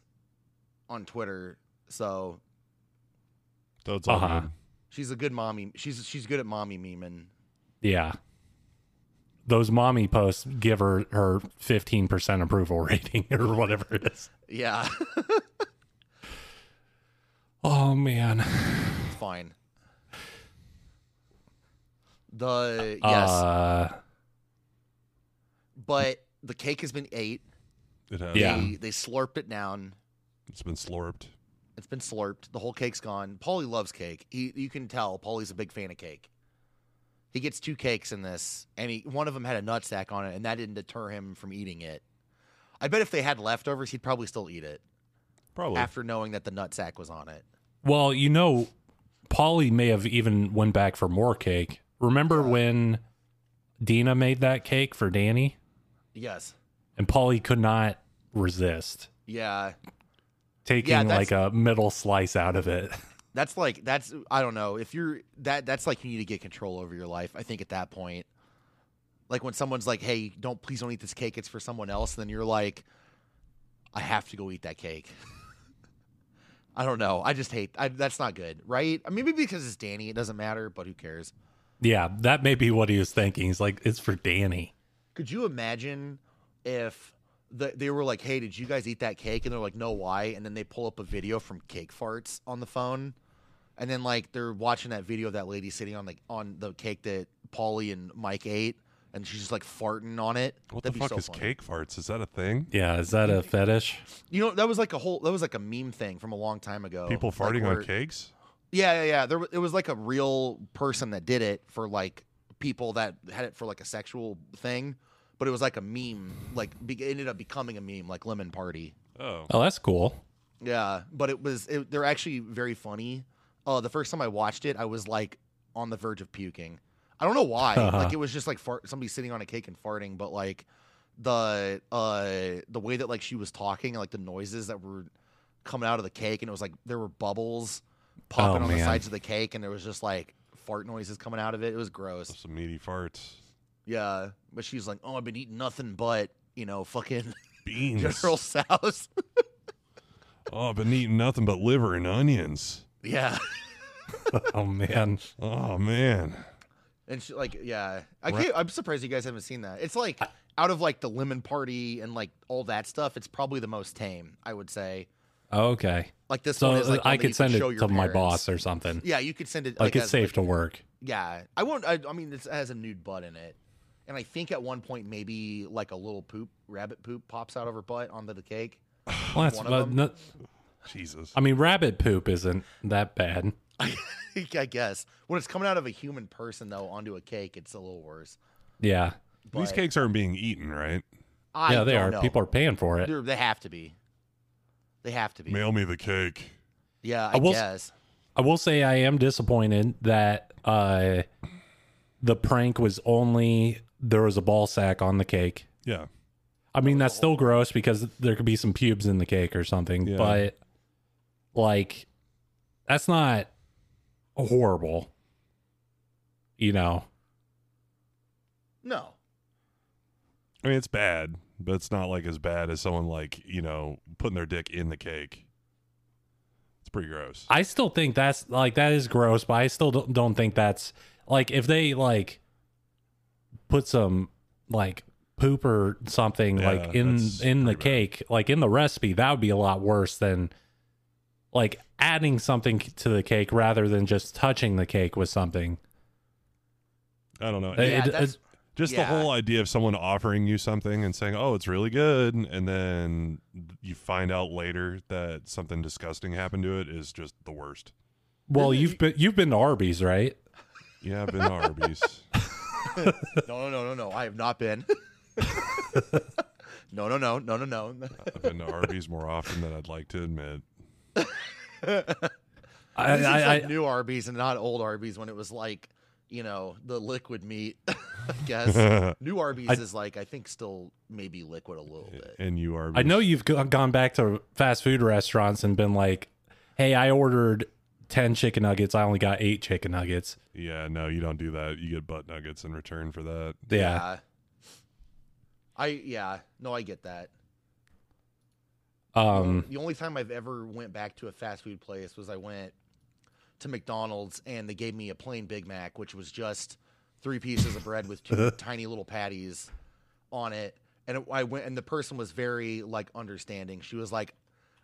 F: on Twitter. So
E: That's all
G: Uh-huh.
E: good.
F: she's a good mommy. She's she's good at mommy memeing.
G: Yeah. Those mommy posts give her her 15% approval rating or whatever it is.
F: Yeah,
G: Oh man.
F: it's fine. The yes,
G: Uh,
F: but the cake has been ate.
E: It has.
G: Yeah.
F: They, they slurped it down.
E: It's been slurped.
F: It's been slurped. The whole cake's gone. Paulie loves cake. He, you can tell Paulie's a big fan of cake. He gets two cakes in this, and he, one of them had a nut sack on it, and that didn't deter him from eating it. I bet if they had leftovers, he'd probably still eat it
E: Probably.
F: after knowing that the nut sack was on it.
G: well, you know, Polly may have even went back for more cake. Remember when Dina made that cake for Danny
F: Yes.
G: and Polly could not resist
F: Yeah.
G: taking
F: Yeah, that's-
G: like a middle slice out of it.
F: That's like that's I don't know if you're that that's like you need to get control over your life. I think at that point, like when someone's like, "Hey, don't please don't eat this cake. It's for someone else," then you're like, "I have to go eat that cake." I don't know. I just hate. I, that's not good, right? I mean, maybe because it's Danny, it doesn't matter. But who cares?
G: Yeah, that may be what he was thinking. He's like, it's for Danny.
F: Could you imagine if the, they were like, "Hey, did you guys eat that cake?" And they're like, "No, why?" And then they pull up a video from Cake Farts on the phone, and then like they're watching that video of that lady sitting on the on the cake that Paulie and Mike ate, and she's just like farting on it.
E: What the
F: That'd be
E: fuck
F: so
E: is
F: funny.
E: cake farts? Is that a thing?
G: Yeah, is that a fetish?
F: You know, that was like a whole that was like a meme thing from a long time ago.
E: People
F: Oh, Like,
E: farting
F: where-
E: on cakes?
F: Yeah, yeah, yeah. There, wa- it was like a real person that did it for like people that had it for like a sexual thing, but it was like a meme. Like, be, it ended up becoming a meme, like Lemon Party.
E: Oh.
G: Oh, that's cool.
F: Yeah, but it was it, they're actually very funny. Uh, the first time I watched it, I was like on the verge of puking. I don't know why. Like it was just like fart, somebody sitting on a cake and farting, but like the uh the way that like she was talking, like the noises that were coming out of the cake, and it was like there were bubbles popping
G: Oh,
F: on the
G: man.
F: sides of the cake, and there was just like fart noises coming out of it. It was gross.
E: Some meaty farts.
F: Yeah, but she's like, "Oh, I've been eating nothing but you know fucking
E: Beans.
F: General Souse."
E: Oh, I've been eating nothing but liver and onions.
F: yeah.
G: Oh man.
E: Oh, man.
F: And she, like, yeah, I
G: Right.
F: can't, I'm surprised you guys haven't seen that. It's like out of like the Lemon Party and like all that stuff, it's probably the most tame, I would say.
G: Oh, Okay.
F: Like this
G: So
F: one is like one
G: I
F: that
G: could
F: you
G: send it
F: show
G: to
F: your
G: my
F: parents.
G: boss or something.
F: Yeah, you could send it.
G: Like, it's
F: as,
G: safe to work.
F: Yeah, I won't. I, I mean, it has a nude butt in it, and I think at one point maybe like a little poop, rabbit poop, pops out of her butt onto the cake.
G: Well, that's,
F: One of
G: but
F: them?
G: no-
E: Jesus.
G: I mean, rabbit poop isn't that bad.
F: I guess when it's coming out of a human person though onto a cake, it's a little worse.
G: Yeah.
E: These
F: but
E: cakes aren't being eaten, right?
F: I
G: yeah, they
F: don't
G: are.
F: know.
G: People are paying for it.
F: They're- they have to be. They have to be.
E: Mail me the cake.
F: Yeah, I,
G: I will s-
F: guess.
G: I will say I am disappointed that uh the prank was only there was a ball sack on the cake.
E: Yeah.
G: I mean, that's still gross because there could be some pubes in the cake or something,
E: Yeah.
G: but like, that's not horrible, you know?
F: No.
E: I mean, it's bad, but it's not like as bad as someone like, you know, putting their dick in the cake. It's pretty gross.
G: I still think that's like, that is gross, but I still don't, don't think that's like, if they like put some like poop or something
E: Yeah,
G: like in
E: that's
G: in the
E: pretty bad.
G: cake, like in the recipe, that would be a lot worse than like adding something to the cake rather than just touching the cake with something.
E: I don't know.
G: Hey,
F: Yeah,
G: it-
F: that's-
E: Just
F: Yeah.
E: the whole idea of someone offering you something and saying, "Oh, it's really good," and then you find out later that something disgusting happened to it is just the worst.
G: Well, you've been you've been to Arby's, right?
E: Yeah, I've been to Arby's.
F: no, no, no, no, no. I have not been. no, no, no, no, no, no.
E: I've been to Arby's more often than I'd like to admit.
G: I,
F: This is
G: Uh, I,
F: like
G: I
F: new Arby's and not old Arby's when it was like, you know, the liquid meat. I guess new Arby's
G: I-
F: is like I think still maybe liquid a little bit.
E: And you Arby's.
G: I know you've go- gone back to fast food restaurants and been like, "Hey, I ordered ten chicken nuggets. I only got eight chicken nuggets."
E: Yeah, no, you don't do that. You get butt nuggets in return for that.
G: yeah.
F: I yeah no I get that.
G: Um.
F: the only time I've ever went back to a fast food place was I went to McDonald's and they gave me a plain Big Mac, which was just three pieces of bread with two tiny little patties on it. And it, I went, and the person was very like understanding. She was like,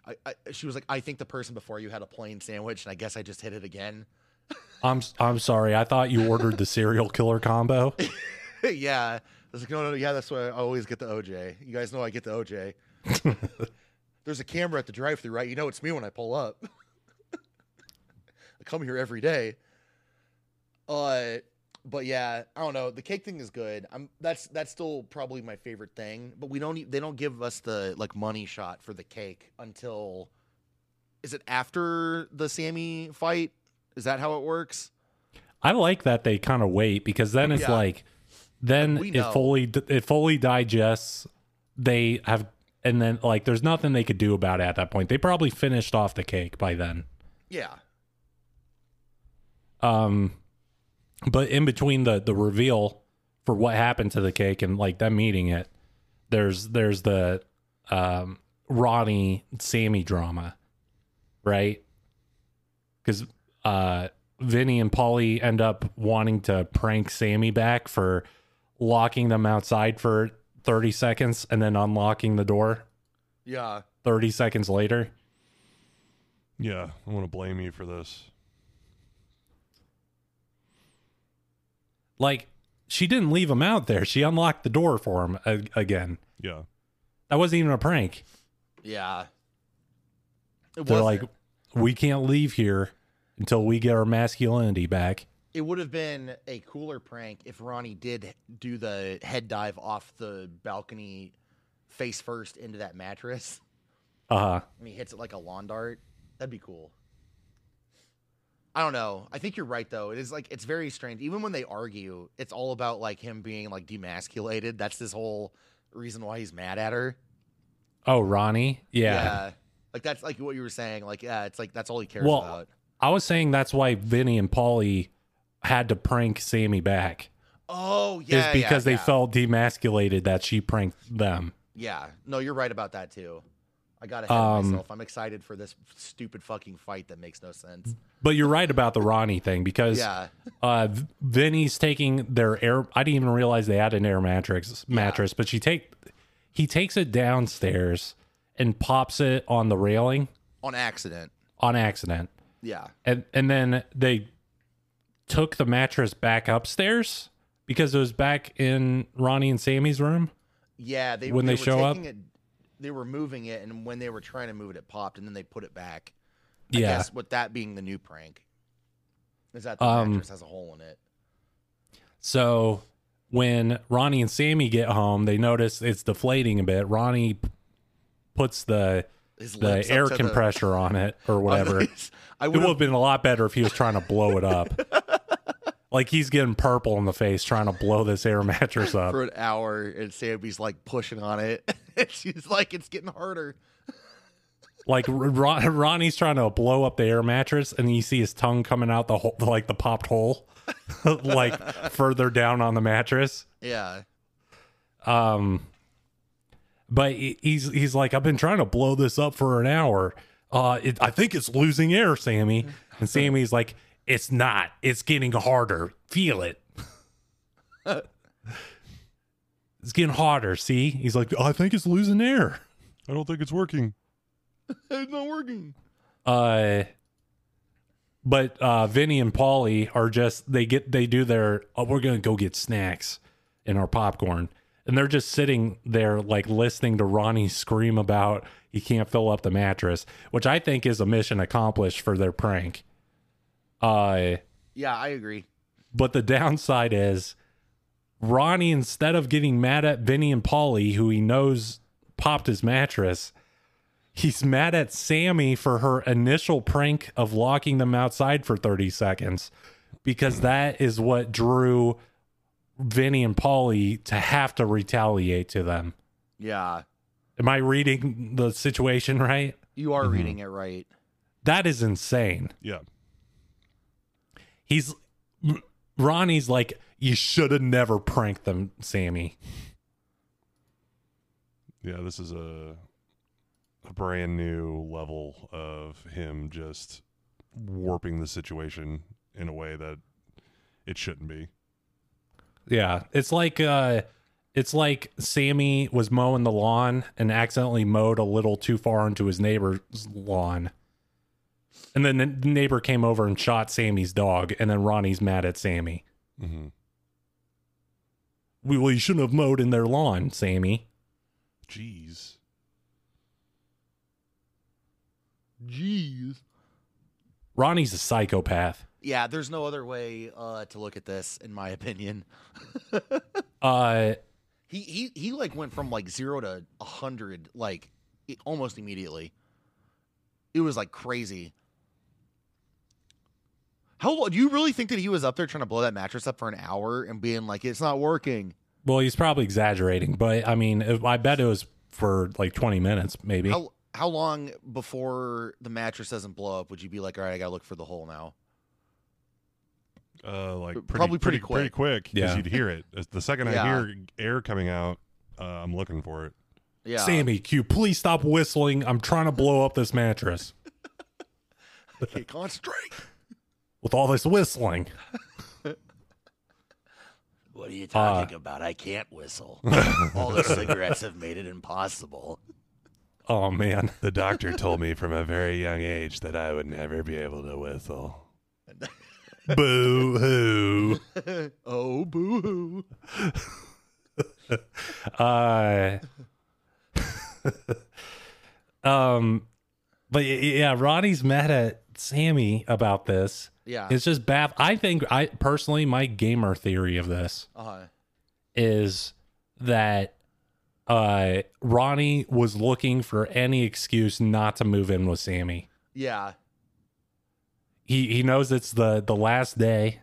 F: I, I, she was like, I think the person before you had a plain sandwich, and I guess I just hit it again.
G: I'm I'm sorry. I thought you ordered the serial killer combo.
F: yeah. I was like, no, no, no, yeah, that's why I always get the OJ. You guys know I get the OJ. There's a camera at the drive thru, right? You know it's me when I pull up. I come here every day. Uh but yeah, I don't know. The cake thing is good. I'm that's that's still probably my favorite thing. But we don't e- they don't give us the like money shot for the cake until is it after the Sammy fight? Is that how it works?
G: I like that they kind of wait because then it's
F: Yeah.
G: like, then
F: We
G: it
F: know.
G: fully it fully digests. They have and then like there's nothing they could do about it at that point. They probably finished off the cake by then.
F: Yeah.
G: Um, but in between the the reveal for what happened to the cake and like them eating it, there's there's the um Ronnie Sammy drama, right? Because uh, Vinny and Polly end up wanting to prank Sammy back for locking them outside for thirty seconds and then unlocking the door
F: Yeah.
G: thirty seconds later.
E: Yeah, I want to blame you for this.
G: Like she didn't leave him out there; she unlocked the door for him a- again.
E: Yeah,
G: That wasn't even a prank.
F: Yeah. It
G: They're
F: wasn't.
G: like, we can't leave here until we get our masculinity back.
F: it would have been a cooler prank if Ronnie did do the head dive off the balcony face first into that mattress
G: Uh huh.
F: and he hits it like a lawn dart. That'd be cool. I don't know. I think you're right though. It is like it's very strange. Even when they argue, it's all about like him being like demasculated. That's his whole reason why he's mad at her.
G: Oh, Ronnie. Yeah.
F: Like that's like what you were saying. Like, yeah, it's like that's all he cares
G: Well,
F: about.
G: I was saying that's why Vinny and Polly had to prank Sammy back.
F: Oh yeah.
G: is because
F: yeah, yeah.
G: they felt demasculated that she pranked them.
F: Yeah. No, you're right about that too. I got ahead of
G: Um,
F: myself. I'm excited for this stupid fucking fight that makes no sense.
G: But you're right about the Ronnie thing because
F: Yeah.
G: uh, V- Vinny's taking their air. I didn't even realize they had an air mattress mattress, but she take he takes it downstairs and pops it on the railing
F: On accident.
G: on accident.
F: Yeah.
G: and and then they took the mattress back upstairs because it was back in Ronnie and Sammy's room.
F: Yeah. They
G: When they
F: were
G: show up?
F: taking It, they were moving it, and when they were trying to move it, it popped, and then they put it back. I
G: Yeah.
F: guess with that being the new prank, is that the
G: Um,
F: mattress has a hole in it?
G: So when Ronnie and Sammy get home, they notice it's deflating a bit. Ronnie p- puts the
F: His
G: the
F: lips up
G: air
F: to the-
G: compressor on it or whatever. it
F: I
G: would
F: would
G: have been a lot better if he was trying to blow it up. like he's getting purple in the face trying to blow this air mattress up.
F: for an hour, and Sammy's like pushing on it, and she's like, "It's getting harder."
G: like Ron, Ronnie's trying to blow up the air mattress, and you see his tongue coming out the hole, like the popped hole, like further down on the mattress.
F: Yeah.
G: Um, but he- he's he's like, I've been trying to blow this up for an hour. Uh, it, I think it's losing air, Sammy. And Sammy's like, it's not. It's getting harder. Feel it. it's getting hotter. See, he's like, I think it's losing air.
E: I don't think it's working.
F: It's not working.
G: Uh, but uh, Vinny and Polly are just they get they do their oh, we're gonna go get snacks and our popcorn, and they're just sitting there like listening to Ronnie scream about he can't fill up the mattress, which I think is a mission accomplished for their prank. Uh,
F: Yeah, I agree.
G: but the downside is Ronnie, instead of getting mad at Vinny and Polly, who he knows popped his mattress, he's mad at Sammy for her initial prank of locking them outside for 30 seconds because that is what drew Vinny and Polly to have to retaliate to them.
F: Yeah,
G: Am I reading the situation right?
F: you are reading it right.
G: That is insane.
E: Yeah.
G: He's Ronnie's like, you should have never pranked them, Sammy.
E: Yeah, this is a a brand new level of him just warping the situation in a way that it shouldn't be.
G: Yeah, it's like uh it's like Sammy was mowing the lawn and accidentally mowed a little too far into his neighbor's lawn. And then the neighbor came over and shot Sammy's dog and then Ronnie's mad at Sammy.
E: Mm-hmm.
G: We, well, you shouldn't have mowed in their lawn, Sammy.
E: Jeez.
F: Jeez.
G: Ronnie's a psychopath.
F: Yeah, there's no other way uh, to look at this, in my opinion.
G: Uh
F: He he he like went from like zero to a hundred like i- almost immediately. It was like crazy. How lo- do you really think that he was up there trying to blow that mattress up for an hour and being like, "It's not working"?
G: well, he's probably exaggerating, but I mean, if- I bet it was for like 20 minutes maybe.
F: How how long before the mattress doesn't blow up would you be like, "All right, I gotta look for the hole now"?
E: Uh, like pretty,
F: Probably pretty
E: pretty quick. 'cause
G: Yeah.
E: you'd hear it As- the second I
F: Yeah.
E: hear air coming out. Uh, I'm looking for it.
F: Yeah,
G: Sammy, Q, please stop whistling. I'm trying to blow up this mattress.
F: I can't concentrate.
G: with all this whistling.
F: What are you
G: talking
F: about? I can't whistle. All the cigarettes have made it impossible.
G: Oh man.
E: The doctor told me from a very young age that I would never be able to whistle.
G: Boo hoo.
F: Oh boo hoo!
G: Uh um but y- yeah, Ronnie's mad at Sammy about this.
F: Yeah.
G: It's just baff I think I personally my gamer theory of this
F: uh-huh.
G: is that uh Ronnie was looking for any excuse not to move in with Sammy.
F: Yeah.
G: He he knows it's the the last day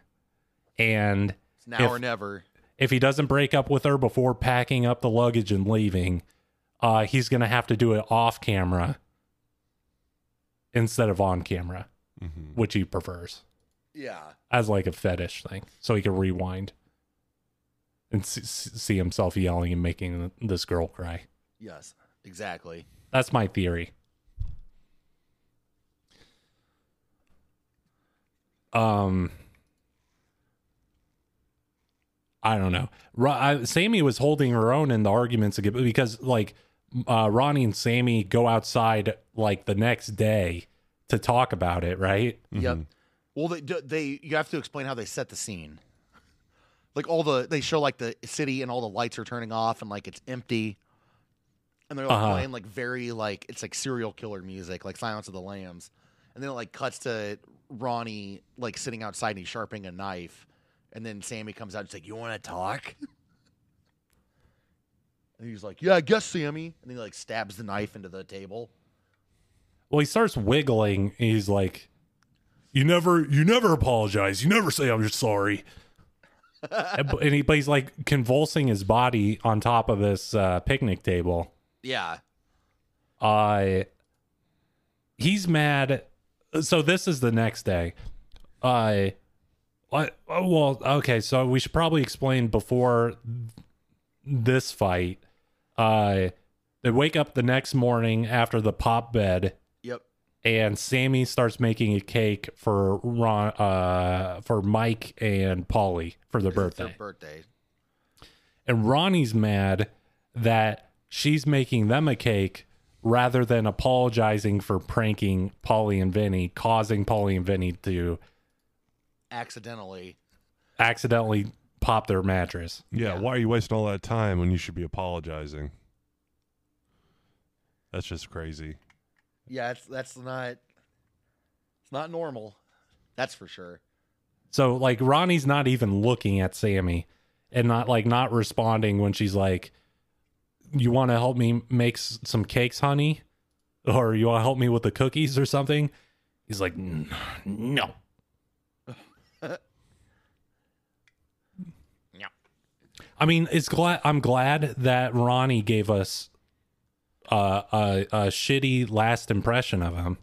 G: and
F: It's now
G: If-
F: or never.
G: if he doesn't break up with her before packing up the luggage and leaving, uh, he's going to have to do it off camera instead of on camera,
E: Mm-hmm.
G: which he prefers
F: Yeah.
G: as like a fetish thing. So he can rewind and s- s- see himself yelling and making this girl cry.
F: Yes. Exactly.
G: That's my theory. Um, I don't know. Ro- I, Sammy was holding her own in the arguments again because, like, uh, Ronnie and Sammy go outside like the next day to talk about it, right?
F: Yep. Well, they do- they you have to explain how they set the scene. Like all the they show like the city and all the lights are turning off and like it's empty. And they're like
G: Uh-huh.
F: playing like very like it's like serial killer music, like Silence of the Lambs. And then it like cuts to Ronnie like sitting outside and he's sharpening a knife. And then Sammy comes out and like, You wanna talk? and he's like, Yeah, I guess Sammy. And then he like stabs the knife into the table.
G: Well, he starts wiggling. And he's like, "You never, you never apologize. You never say I'm just sorry." and but- and he, but he's like convulsing his body on top of this uh, picnic table.
F: Yeah.
G: Uh, he's mad. So this is the next day. Uh, what? oh, Well, okay. So we should probably explain before this fight. Uh, they wake up the next morning after the pop bed
F: Yep.
G: and Sammy starts making a cake for Ron, uh, for Mike and Polly for their
F: It's
G: birthday.
F: Their birthday.
G: And Ronnie's mad that she's making them a cake rather than apologizing for pranking Polly and Vinny, causing Polly and Vinny to
F: accidentally.
G: accidentally pop their mattress.
E: Yeah, why are you wasting all that time when you should be apologizing? That's just crazy.
F: Yeah, it's, that's not. It's not normal. That's for sure.
G: So like Ronnie's not even looking at Sammy and not like not responding when she's like you want to help me make s- some cakes, honey? Or you want to help me with the cookies or something? He's like "N- no.
F: No.
G: I mean, it's glad I'm glad that Ronnie gave us uh, a a shitty last impression of him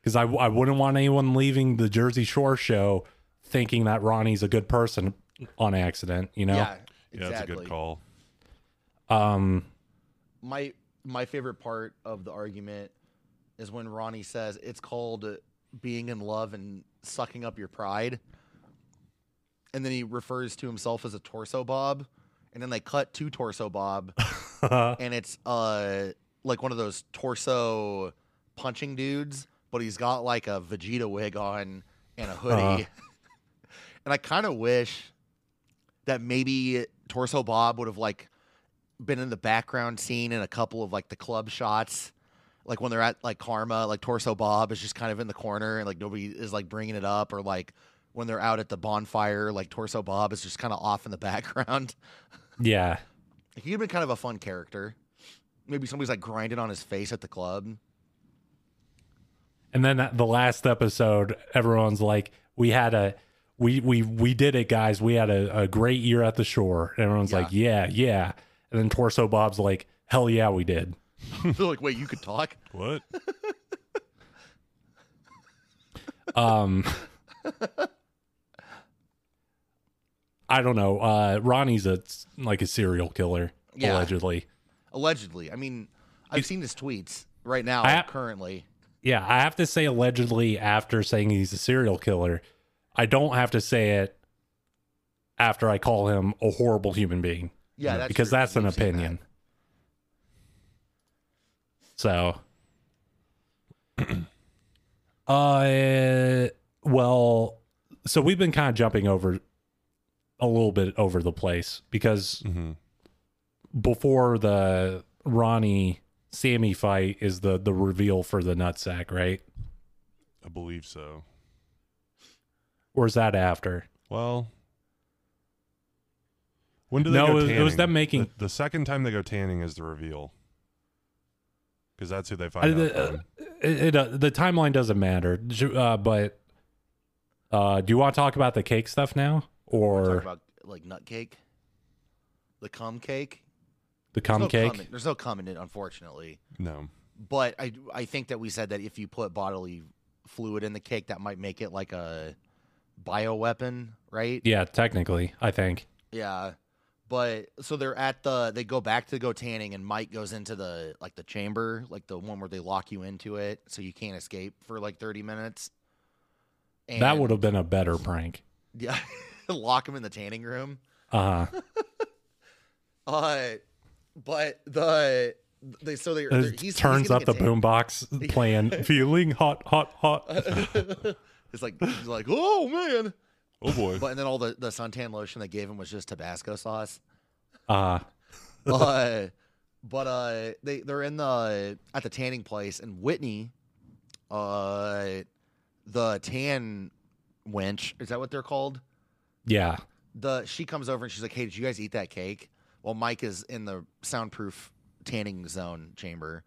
G: because I, I wouldn't want anyone leaving the Jersey Shore show thinking that Ronnie's a good person on accident, you know?
F: Yeah,
E: Yeah,
F: exactly.
E: that's a good call.
G: Um,
F: my my favorite part of the argument is when Ronnie says it's called uh, being in love and sucking up your pride. And then he refers to himself as a torso bob, and then they cut to torso bob, and it's uh like one of those torso punching dudes, but he's got like a Vegeta wig on and a hoodie.
G: Uh-huh.
F: and I kind of wish that maybe torso bob would have like been in the background scene in a couple of like the club shots like when they're at like karma like torso bob is just kind of in the corner and like nobody is like bringing it up or like when they're out at the bonfire like torso bob is just kind of off in the background
G: yeah.
F: he'd been kind of a fun character maybe somebody's like grinding on his face at the club
G: And then that- the last episode, everyone's like, we had a, we, we, we did it guys. We had a, a great year at the shore. And everyone's like, yeah, yeah. And then Torso Bob's like, hell yeah, we did.
F: they're like wait you could talk
E: What?
G: Um, I don't know. Uh, Ronnie's a, like a serial killer,
F: Yeah.
G: allegedly.
F: allegedly i mean i've seen his tweets right now
G: I-
F: currently
G: Yeah, I have to say allegedly after saying he's a serial killer. I don't have to say it after I call him a horrible human being
F: yeah that's
G: because
F: true.
G: that's an
F: We've seen that.
G: opinion. So, uh, well, so we've been kind of jumping over a little bit over the place because
E: hmm
G: before the Ronnie Sammy fight is the the reveal for the nutsack, right?
E: I believe so.
G: or is that after?
E: Well, when do they
G: No,
E: go
G: it was- it was
E: tanning?
G: them making-
E: the, the second time they go tanning is the reveal because that's who they
G: I,
E: find out.
G: the, uh,
E: from.
G: it, it, uh, the timeline doesn't matter, Ju- uh, but uh, do you want to talk about the cake stuff now,
F: Talk
G: or
F: about like nut cake the cum cake
G: the
F: There's
G: cum
F: no
G: cake?
F: comment- There's no cum in it, unfortunately.
E: no,
F: But I I think that we said that if you put bodily fluid in the cake, that might make it like a bioweapon, right?
G: Yeah, technically, I think.
F: Yeah. But so they're at the they go back to go tanning and Mike goes into the like the chamber, like the one where they lock you into it so you can't escape for like 30 minutes. And
G: that would have been a better prank.
F: yeah, lock him in the tanning room.
G: Uh huh.
F: Uh but the they so they they're- he's- he's
G: turns
F: gonna
G: up
F: get
G: the
F: tan-
G: boombox playing "Feeling Hot, Hot, Hot."
F: it's like he's like, oh man.
E: oh boy,
F: But and then all the, the suntan lotion they gave him was just Tabasco sauce.
G: Uh,
F: Uh, but uh, they they're in the at the tanning place, and Whitney, uh, the tan wench is that what they're called?
G: yeah,
F: The she comes over and she's like, "Hey, did you guys eat that cake?" Well, Mike is in the soundproof tanning zone chamber,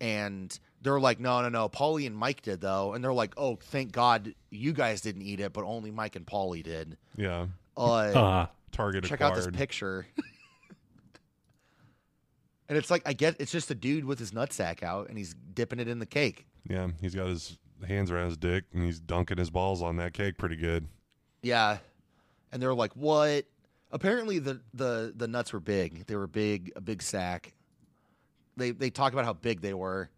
F: and they're like, "No, no, no." Polly and Mike did though, and they're like, "Oh, thank God you guys didn't eat it, but only Mike and Polly did."
E: yeah,
F: Uh,
G: uh,
E: target
F: check out
E: acquired.
F: this picture. and it's like I get it's just a dude with his nutsack out and he's dipping it in the cake.
E: Yeah, he's got his hands around his dick and he's dunking his balls on that cake pretty good.
F: Yeah. And they're like, "What?" Apparently the the the nuts were big. They were big, a big sack. They they talk about how big they were.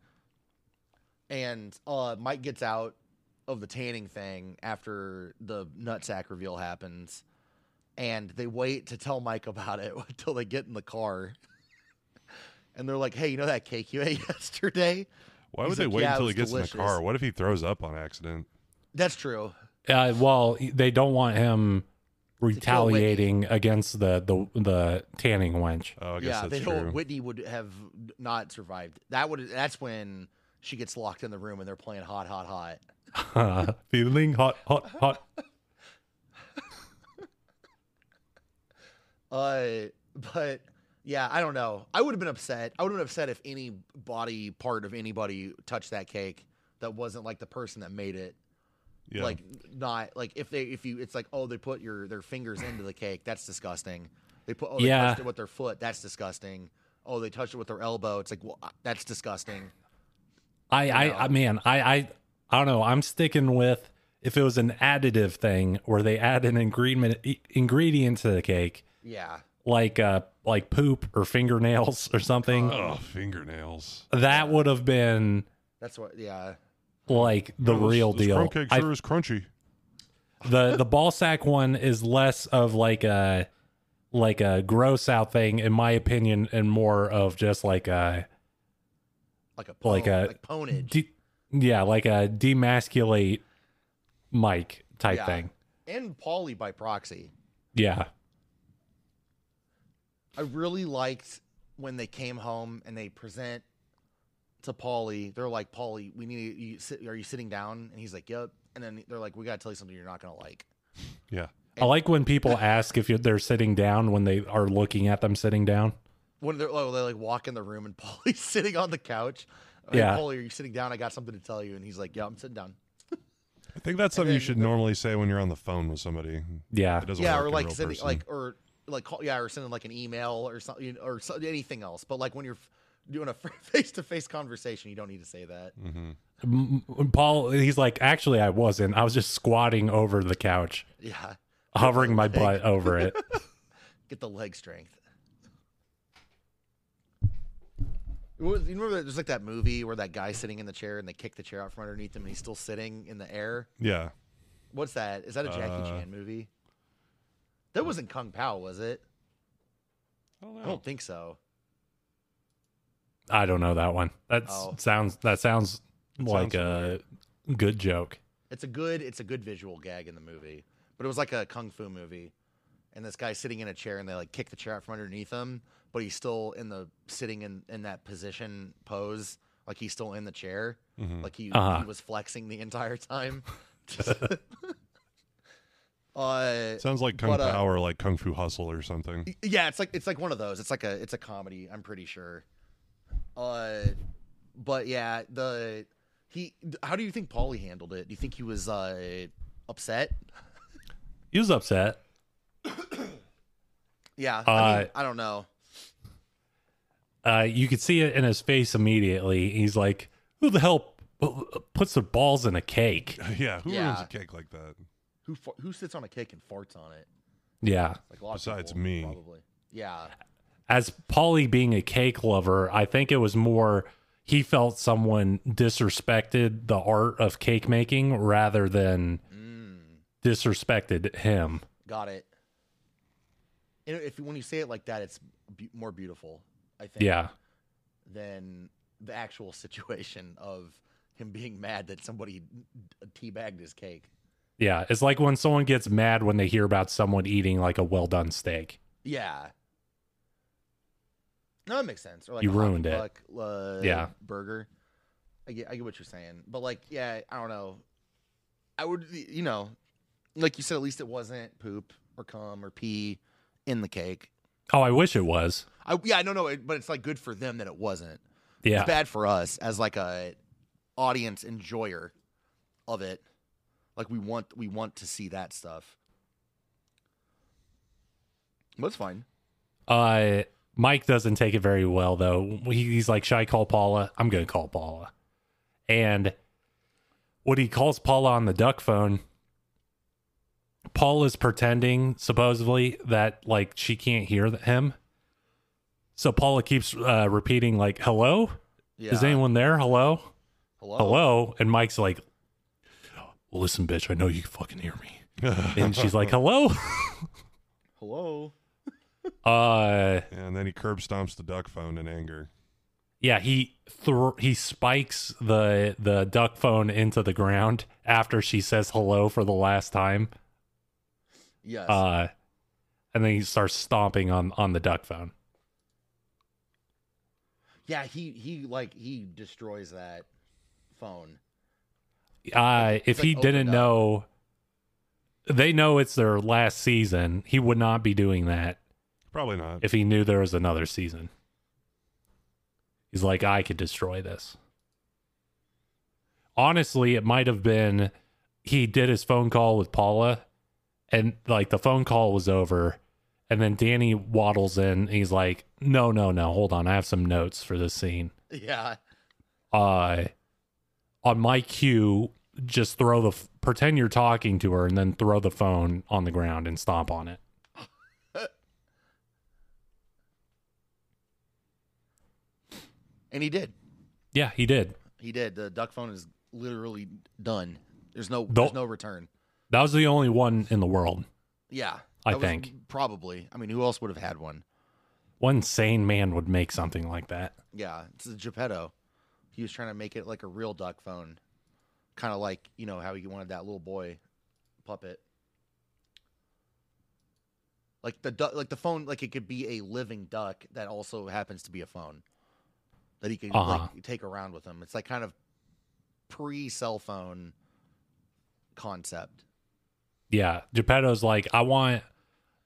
F: And uh Mike gets out of the tanning thing after the nutsack reveal happens. and they wait to tell Mike about it until they get in the car. and they're like, "Hey, you know that cake you ate yesterday?
E: Why
F: He's
E: would they
F: like,
E: wait
F: "Yeah, it
E: until
F: was
E: he gets in the car?
F: delicious."
E: What if he throws up on accident?
F: That's true.
G: Uh, well, they don't want him
F: kill Whitney.
G: retaliating against the, the the tanning wench.
E: Oh, I guess
F: Yeah, they
E: that's
F: know
E: true.
F: Whitney would have not survived. That would. That's when she gets locked in the room and they're playing hot, hot, hot.
G: Feeling hot, hot, hot.
F: Uh, but yeah, I don't know. I would have been upset. I would have been upset if any body part of anybody touched that cake that wasn't like the person that made it.
E: yeah.
F: Like not like if they if you it's like oh they put your their fingers into the cake that's disgusting. They put oh they
G: Yeah.
F: touched it with their foot that's disgusting. Oh they touched it with their elbow it's like well uh, that's disgusting.
G: I, I, I, man, I, I, I don't know. I'm sticking with if it was an additive thing where they add an ingredient e- ingredient to the cake,
F: Yeah.
G: like uh, like poop or fingernails or something.
E: oh, fingernails.
G: that would have been
F: That's what yeah.
G: like the
E: Oh, this-
G: real
E: this
G: deal.
E: Crumb cake
G: I
E: sure is crunchy.
G: the the ball sack one is less of like a like a gross out thing in my opinion and more of just like a
F: Like a pone,
G: Like
F: like a
G: a-
F: like ponage.
G: de- yeah like a demasculate mike type
F: Yeah.
G: thing
F: and Polly by proxy.
G: yeah
F: I really liked when they came home and they present to Paulie. They're like, Paulie, we need you. Sit, are you sitting down? And he's like, Yep. And then they're like, We gotta tell you something you're not gonna like.
E: Yeah.
G: i like when people ask if you're, they're sitting down when they are looking at them sitting down
F: When they're oh, they like walk in the room and Paulie's sitting on the couch. Hey,
G: Yeah.
F: Paulie, are you sitting down? I got something to tell you. And he's like, Yeah, I'm sitting down.
E: I think that's something you
F: then
E: should normally say when you're on the phone with somebody.
G: yeah
E: It doesn't
F: yeah,
E: work
F: or
E: in
F: like
E: real
F: sending
E: person.
F: like or like call, yeah, or sending like an email or something you know, or so, anything else. But like when you're f- doing a face to face conversation, you don't need to say that.
E: Mm-hmm.
G: M- m- paul he's like actually i wasn't i was just squatting over the couch
F: Yeah,
G: hovering my
F: Like-
G: butt over it
F: get the leg strength. Well, You remember that- there's like that movie where that guy sitting in the chair and they kick the chair out from underneath him and he's still sitting in the air.
E: yeah.
F: What's that? Is that a Jackie
E: Uh,
F: Chan movie? That wasn't Kung Pao, was it?
E: I
F: I
G: Oh.
F: don't think so.
G: I don't know that one. That
F: Oh.
G: sounds that sounds like
E: sounds
G: a good joke.
F: It's a good it's a good visual gag in the movie, but it was like a kung fu movie, and this guy's sitting in a chair and they like kick the chair out from underneath him, but he's still in the sitting in in that position pose, like he's still in the chair, like he,
G: Uh-huh.
F: he was flexing the entire time. uh,
E: Sounds like Kung
F: But, uh,
E: Pao or like Kung Fu Hustle or something.
F: yeah, it's like it's like one of those. It's like a it's a comedy. I'm pretty sure. Uh, but yeah, the he. How do you think Paulie handled it? Do you think he was uh upset?
G: He was upset.
F: Yeah, I, mean,
G: Uh,
F: I don't know.
G: Uh, you could see it in his face immediately. He's like, "Who the hell p- puts their balls in a cake?"
E: yeah. Who ruins
F: yeah.
E: a cake like that?
F: Who fa- who sits on a cake and farts on it?
G: Yeah.
F: Like a lot of
E: Besides
F: people,
E: me.
F: probably. Yeah,
G: As Paulie being a cake lover, I think it was more he felt someone disrespected the art of cake making rather than disrespected him.
F: mm, got it. And if when you say it like that, it's be- more beautiful, I think.
G: Yeah.
F: Than the actual situation of him being mad that somebody d- teabagged his cake.
G: Yeah, it's like when someone gets mad when they hear about someone eating like a well done steak.
F: Yeah. No, that makes sense. Or like
G: You
F: a hockey
G: ruined it.
F: puck, uh,
G: Yeah.
F: burger. I get, I get what you're saying, but like, yeah, I don't know. I would, you know, like you said, at least it wasn't poop or cum or pee in the cake.
G: Oh, I wish it was.
F: I yeah, no, no, it, but it's like good for them that it wasn't.
G: Yeah.
F: It's bad for us as like a audience enjoyer of it. Like we want we want to see that stuff. But it's fine.
G: Uh, Mike doesn't take it very well though. He, he's like, "Should I call Paula? I'm gonna call Paula." And when he calls Paula on the duck phone, Paula's pretending supposedly that like she can't hear th- him. So Paula keeps uh, repeating like, "Hello,
F: Yeah.
G: is anyone there? Hello,
F: Hello.
G: hello." And Mike's like, "Listen, bitch, I know you fucking hear me." and she's like, "Hello."
F: Hello.
G: Uh,
E: And then he curb stomps the duck phone in anger.
G: yeah, he thr he spikes the the duck phone into the ground after she says hello for the last time.
F: Yes.
G: Uh, and then he starts stomping on on the duck phone.
F: yeah. He he like he destroys that phone.
G: Uh,
F: It's
G: if
F: like
G: he didn't
F: opened up.
G: know, they know it's their last season. He would not be doing that
E: Probably not.
G: if he knew there was another season. He's like, I could destroy this. Honestly, it might have been he did his phone call with Paula, and like the phone call was over. And then Danny waddles in. And he's like, No, no, no, hold on. I have some notes for this scene
F: Yeah.
G: uh on my cue just throw the f- pretend you're talking to her and then throw the phone on the ground and stomp on it
F: And he did.
G: yeah he did
F: He did. The duck phone is literally done. There's no
G: Don't-
F: there's no return.
G: that was the only one in the world
F: Yeah.
G: I
F: That was
G: think.
F: probably. I mean, who else would have had one?
G: one sane man would make something like that
F: Yeah, it's a Geppetto. He was trying to make it like a real duck phone, kind of like you know how he wanted that little boy puppet. Like the duck, like the phone, like it could be a living duck that also happens to be a phone that he could
G: Uh-huh.
F: like take around with him. It's like kind of pre cell phone concept.
G: yeah geppetto's like i want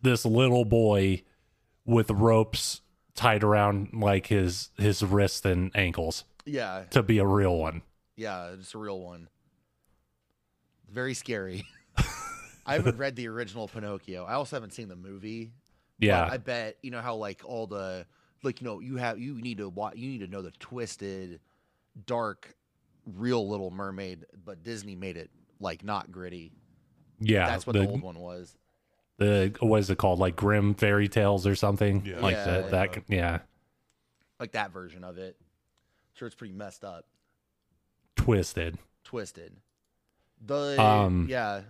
G: this little boy with ropes tied around like his his wrists and ankles
F: Yeah,
G: to be a real one
F: yeah, it's a real one. Very scary. I haven't read the original Pinocchio. I also haven't seen the movie. But
G: yeah
F: I bet you know how like all the like you know you have you need to watch you need to know the twisted, dark, real Little Mermaid, but Disney made it like not gritty.
G: yeah
F: That's what the, old one was.
G: the what is it called like grim fairy tales or something
E: Yeah.
G: like
F: Yeah,
G: that
F: like
G: that
E: that.
G: yeah
F: Like that version of it. Sure, it's pretty messed up,
G: twisted
F: twisted. The
G: Um,
F: yeah.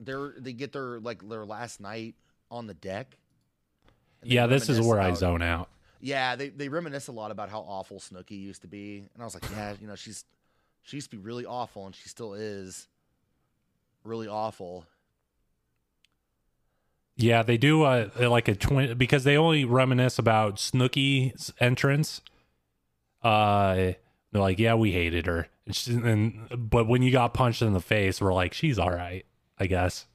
F: They're they get their like their last night on the deck. and they
G: yeah this is
F: reminisce
G: where i
F: about-
G: zone out
F: Yeah, they, they reminisce a lot about how awful Snooky used to be. And I was like, yeah, you know, she's she used to be really awful and she still is really awful.
G: yeah they do a like a twin because they only reminisce about snooky's entrance uh they're like yeah we hated her and, she, and but when you got punched in the face we're like she's all right i guess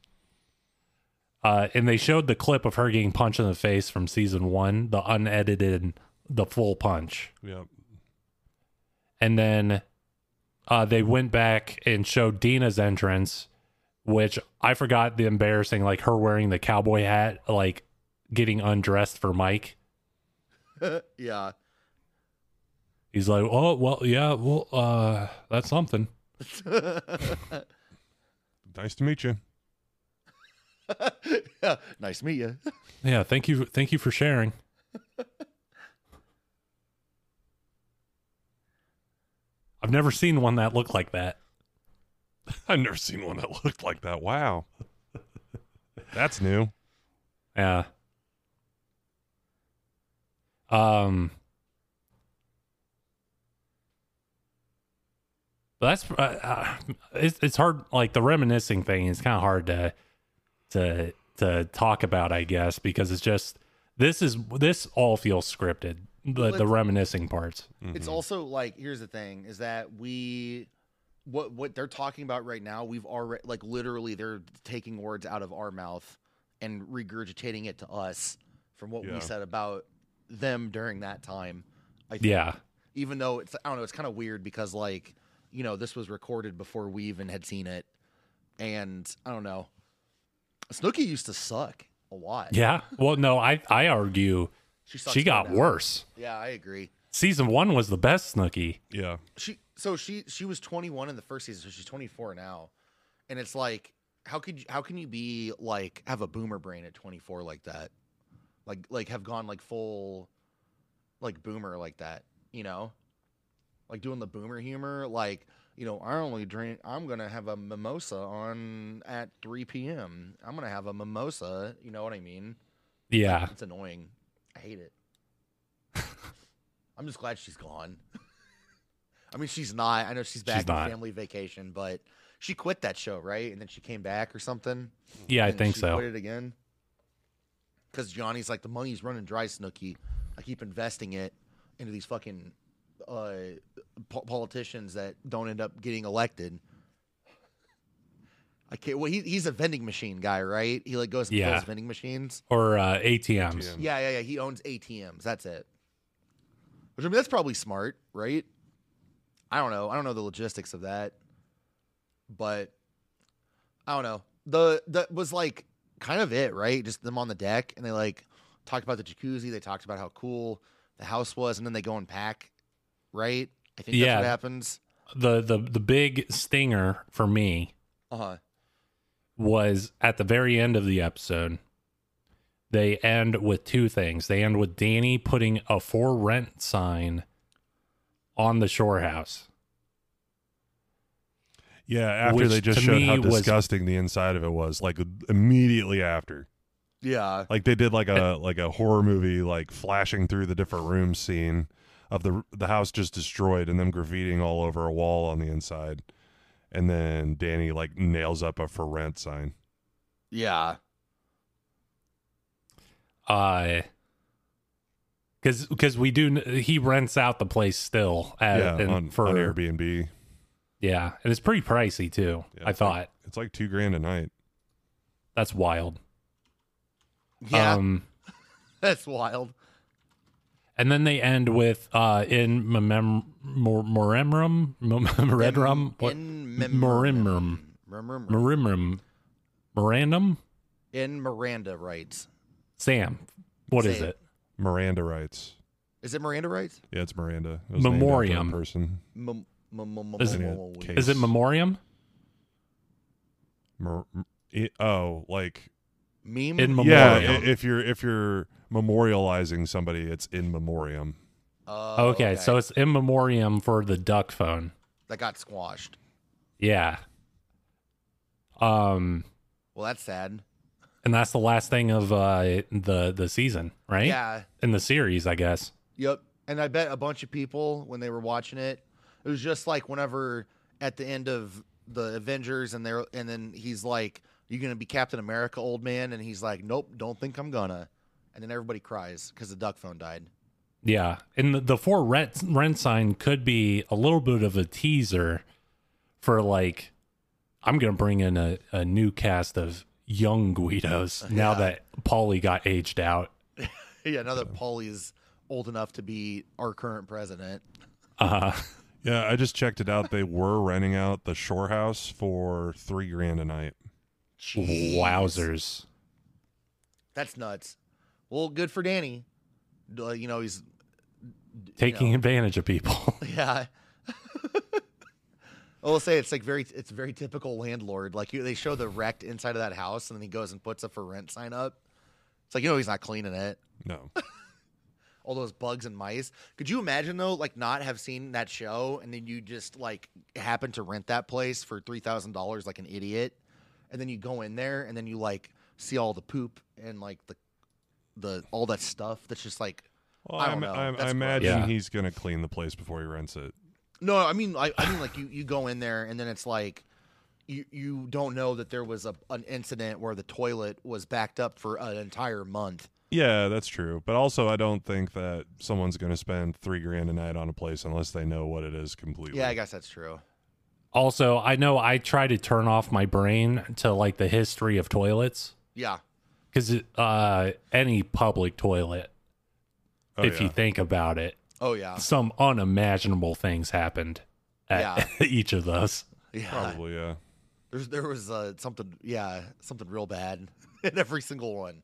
G: uh and they showed the clip of her getting punched in the face from season one the unedited the full punch
E: Yep.
G: and then uh, they went back and showed Dina's entrance, which I forgot the embarrassing, like her wearing the cowboy hat, like getting undressed for Mike.
F: yeah.
G: He's like, oh well, yeah, well, uh, that's something.
E: Nice to meet you.
F: yeah. Nice to meet you.
G: Yeah, thank you, thank you for sharing. I've never seen one that looked like that.
E: I've never seen one that looked like that. Wow. That's new.
G: Yeah. Um. But that's uh, uh, it's it's hard. Like the reminiscing thing is kind of hard to to to talk about, I guess, because it's just this is this all feels scripted. The the
F: let's-
G: reminiscing parts.
F: It's
E: Mm-hmm.
F: also like here's the thing is that we what what they're talking about right now, we've already like literally they're taking words out of our mouth and regurgitating it to us from what
E: Yeah.
F: we said about them during that time. I think.
G: Yeah.
F: even though it's I don't know, it's kind of weird because like you know this was recorded before we even had seen it, and I don't know. Snooki used to suck a lot.
G: Yeah. Well, no, I I argue
F: sucks
G: she
F: more
G: got
F: now.
G: worse.
F: Yeah, I agree.
G: Season one was the best Snooky.
E: Yeah.
F: She so she she was 21 in the first season, so she's 24 now, and it's like how could you, how can you be like have a boomer brain at 24 like that, like like have gone like full, like boomer like that, you know, like doing the boomer humor, like you know, I only drink. I'm gonna have a mimosa on at 3 p.m. I'm gonna have a mimosa. You know what I mean?
G: Yeah.
F: It's annoying. I hate it. I'm just glad she's gone. I mean, she's not. I know she's back on
G: not.
F: family vacation, but she quit that show, right? And then she came back or something.
G: Yeah, I
F: and
G: think
F: she
G: so.
F: Quit it again. Because Johnny's like the money's running dry, Snooky. I keep investing it into these fucking uh, po- politicians that don't end up getting elected. I can't. Well, he, he's a vending machine guy, right? He like goes and
G: Yeah.
F: fills vending machines.
G: Or uh, ATMs.
E: ATM.
F: Yeah, yeah, yeah. He owns ATMs. That's it. Which I mean, that's probably smart, right? I don't know. I don't know the logistics of that, but I don't know. The that was like kind of it, right? Just them on the deck, and they like talked about the jacuzzi. They talked about how cool the house was, and then they go and pack, right? I think
G: Yeah.
F: that's what happens.
G: The the the big stinger for me
F: Uh huh.
G: was at the very end of the episode. They end with two things. They end with Danny putting a for rent sign on the shore house.
E: Yeah, after
G: Which
E: they just
G: to
E: showed
G: me
E: how
G: was-
E: disgusting the inside of it was, like immediately after.
F: Yeah.
E: Like they did like a like a horror movie like flashing through the different rooms scene of the the house just destroyed and them graffiting all over a wall on the inside. And then Danny like nails up a for rent sign.
F: Yeah.
G: Um, Uh because because we do he rents out the place still at,
E: yeah,
G: and
E: on,
G: for
E: on Airbnb.
G: yeah and it's pretty pricey too
E: Yeah,
G: i
E: it's like-
G: thought
E: It's like two grand a night.
G: that's wild
F: Yeah.
G: um
F: that's wild.
G: And then they end with uh in memem mor- moremrum mem- redrum what?
F: In
G: Merimrum.
F: Merimrum.
G: moremrum morandum
F: In Miranda rights.
G: Sam. what is
F: Sam.
G: it?
E: Miranda rights.
F: Is it Miranda rights?
E: Yeah, it's Miranda. It was named after a
G: Memoriam.
E: person.
F: Mem- mem- mem-
G: Is
E: it-
F: mem-
E: Case.
G: Is it memoriam?
E: Mer- it, oh, like
F: meme?
G: In mem-
E: yeah, i-
G: Memoriam.
E: if you're if you're memorializing somebody, it's in memoriam.
F: Oh,
G: Okay, so it's in memoriam for the duck phone.
F: that got squashed.
G: Yeah. Um
F: Well, that's sad.
G: and that's the last thing of uh the the season, right?
F: Yeah.
G: In the series, I guess.
F: Yep. And I bet a bunch of people when they were watching it, it was just like whenever at the end of the Avengers and they're and then he's like, "You gonna be Captain America, old man?" And he's like, "Nope, don't think I'm gonna." And then everybody cries because the duck phone died.
G: Yeah, and the, the four rent rent sign could be a little bit of a teaser for like, I'm gonna bring in a, a new cast of young Guidos now
F: Yeah.
G: that Paulie got aged out.
F: yeah, now that Paulie's old enough to be our current president.
G: Uh,
E: Yeah, I just checked it out. They were renting out the shore house for three grand a night.
G: wowzers!
F: That's nuts. Well, good for Danny. Uh, you know, he's
G: Taking
F: know.
G: advantage of people.
F: yeah. I will say it's like very it's very typical landlord. Like you, they show the wrecked inside of that house, and then he goes and puts a for rent sign up. It's like you know he's not cleaning it.
E: No,
F: All those bugs and mice. Could you imagine though, like not have seen that show, and then you just like happen to rent that place for three thousand dollars, like an idiot, and then you go in there, and then you like see all the poop and like the the all that stuff that's just like
E: well, I,
F: I don't
E: im-
F: know.
E: I, I
F: That's
E: imagine
G: gross. Yeah.
E: he's gonna clean the place before he rents it.
F: No, I mean, I, I mean, like you, you go in there and then it's like, you you don't know that there was a an incident where the toilet was backed up for an entire month.
E: Yeah, that's true. But also, I don't think that someone's gonna spend three grand a night on a place unless they know what it is completely.
F: Yeah, I guess that's true.
G: also, I know I try to turn off my brain to like the history of toilets
F: Yeah,
G: because uh, any public toilet,
E: Oh,
G: if
E: yeah.
G: you think about it,
F: oh yeah,
G: some unimaginable things happened at each of those.
F: yeah.
E: probably yeah.
F: There's there was uh, something, yeah, something real bad in every single one.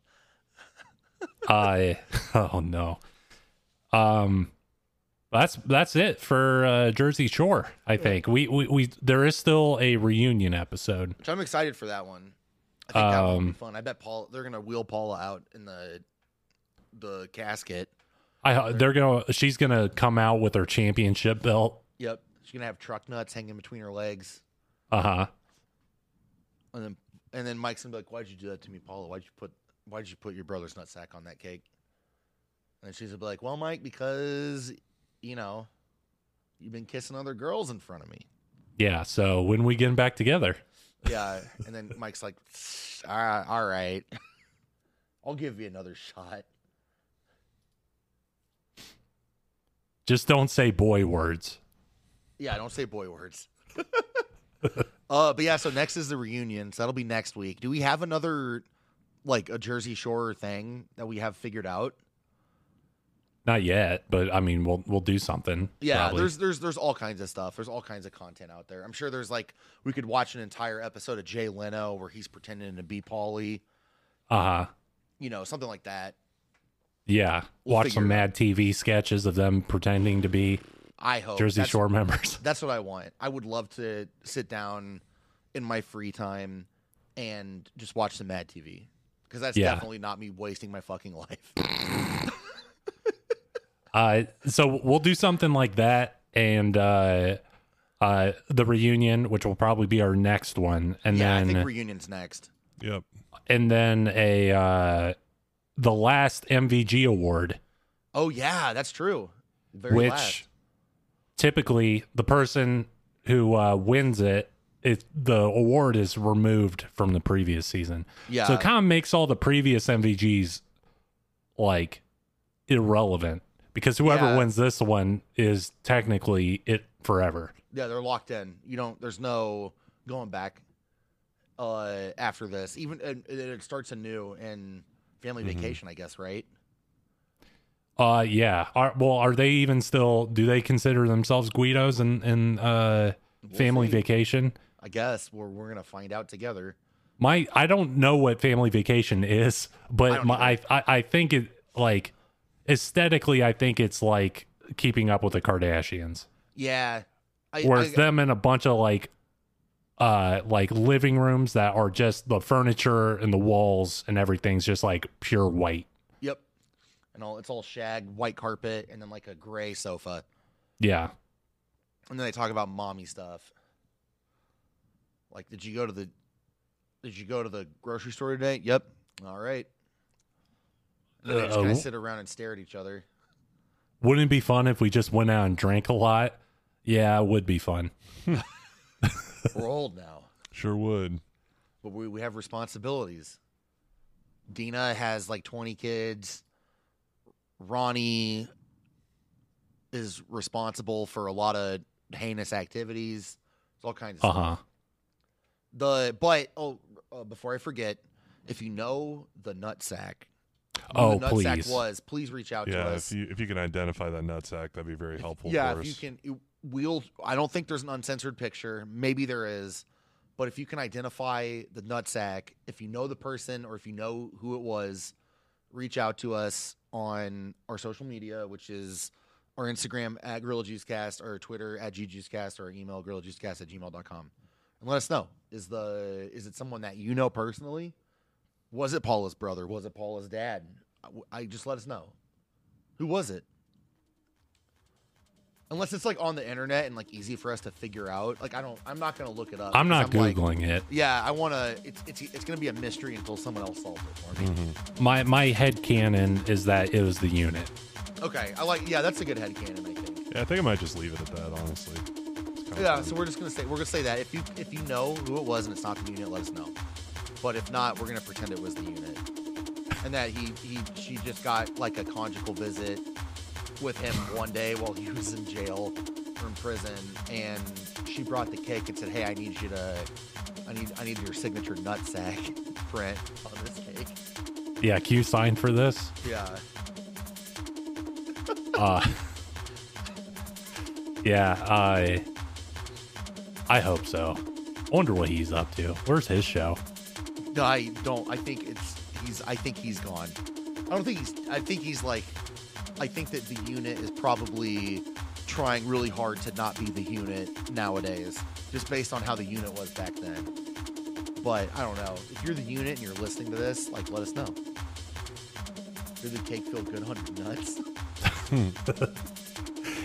G: I oh no. Um that's that's it for uh, Jersey Shore, I think. We, we we there is still a reunion episode.
F: Which I'm excited for that one. I think that one would be
G: Um,
F: fun. I bet Paul they're gonna wheel Paula out in the the casket.
G: I they're going to she's going to come out with her championship belt
F: Yep, She's gonna have truck nuts hanging between her legs,
G: Uh huh.
F: and then and then Mike's gonna be like, "Why'd you do that to me, Paula? Why'd you put Why'd you put your brother's nutsack on that cake?" And then she's gonna be like, "Well, Mike, because you know, you've been kissing other girls in front of me."
G: Yeah. So when we getting back together?
F: Yeah, and then Mike's like, all right, all right. I'll give you another shot."
G: Just don't say boy words.
F: Yeah, don't say boy words. uh, but yeah, so next is the reunion. So that'll be next week. Do we have another like a Jersey Shore thing that we have figured out?
G: Not yet, but I mean, we'll we'll do something.
F: Yeah,
G: probably.
F: there's there's there's all kinds of stuff. There's all kinds of content out there. I'm sure there's like we could watch an entire episode of Jay Leno where he's pretending to be Paulie,
G: uh huh.
F: you know, something like that.
G: Yeah,
F: We'll
G: watch
F: figure
G: some
F: it
G: Mad TV sketches of them pretending to be
F: I hope
G: Jersey
F: Oh, That's-
G: Shore members.
F: That's what I want. I would love to sit down in my free time and just watch some Mad TV because that's
G: Yeah.
F: definitely not me wasting my fucking life.
G: Uh, so we'll do something like that, and uh, uh, the reunion, which will probably be our next one, and
F: yeah, I
G: then
F: think reunion's next.
E: Yep.
G: and then a uh, the last MVG award,
F: Oh yeah, that's true. Very
G: which
F: last.
G: typically the person who uh, wins it, it, the award is removed from the previous season.
F: Yeah.
G: So it kind of makes all the previous MVGs like irrelevant because whoever
F: Yeah.
G: wins this one is technically it forever.
F: yeah, they're locked in. You don't. There's no going back. Uh, after this, even and, and it starts anew in Family
G: Mm-hmm.
E: Mhm.
F: Vacation, I guess, right?
G: Uh yeah. Are, well, are they even still do they consider themselves Guidos and and uh
F: We'll
G: family
F: see.
G: vacation?
F: I guess we're we're gonna find out together.
G: My I don't know what family vacation is,
F: I
G: but
F: don't
G: my, I, I I think it like aesthetically I think it's like keeping up with the Kardashians.
F: Yeah, I,
G: where
F: I-
G: it's them in a bunch of like uh like living rooms that are just the furniture and the walls and everything's just like pure white
F: Yep. And all it's all shag, white carpet, and then like a gray sofa.
G: yeah
F: And then they talk about mommy stuff. Like, did you go to the did you go to the grocery store today? Yep. All right. And then they just
G: Uh,
F: kind of
G: w-
F: sit around and stare at each other.
G: wouldn't it be fun if we just went out and drank a lot yeah it would be fun
F: We're old now,
E: Sure would.
F: but we, we have responsibilities. Dina has like 20 kids. Ronnie is responsible for a lot of heinous activities. It's all kinds of stuff.
G: uh-huh
F: The but oh, uh, before I forget, if you know the nutsack, who
G: Oh,
F: the nutsack
G: please.
F: was please reach out to
E: Yeah. If
F: us.
E: you if you can identify that nutsack, that'd be very helpful.
F: yeah,
E: for
F: if
E: us.
F: you can, it- we'll. I don't think there's an uncensored picture. Maybe there is, but if you can identify the nutsack, if you know the person or if you know who it was, reach out to us on our social media, which is our Instagram at Gorilla Juicecast, our Twitter at GJuiceCast, or our email GorillaJuiceCast at gmail.com. And let us know. Is the is it someone that you know personally? Was it Paula's brother? Was it Paula's dad? I, I just let us know. Who was it? Unless it's like on the internet and like easy for us to figure out. Like I don't I'm not gonna look it up.
G: i'm not
F: because like,
G: googling it
F: yeah, I wanna it's it's it's gonna be a mystery until someone else solves it for me.
E: Mm-hmm.
G: my my head canon is that it was the unit
F: Okay, I like. Yeah, that's a good headcanon, I think.
E: Yeah, I think I might just leave it at that. Honestly. It's kinda
F: Yeah,
E: fun.
F: so we're just gonna say we're gonna say that if you if you know who it was and it's not the unit, let us know. But if not, we're gonna pretend it was the unit, and that he he she just got like a conjugal visit with him one day while he was in jail or in prison, and she brought the cake and said, "Hey, I need you to." I need, I need your signature nutsack print on this cake.
G: yeah q signed for this
F: Yeah.
G: uh yeah i i hope so wonder what he's up to where's his show
F: No, I don't. I think it's he's. I think he's gone. I don't think he's. I think he's like. I think that the unit is probably trying really hard to not be the unit nowadays, just based on how the unit was back then. But I don't know. If you're the unit and you're listening to this, like, let us know. Did the cake feel good on your nuts?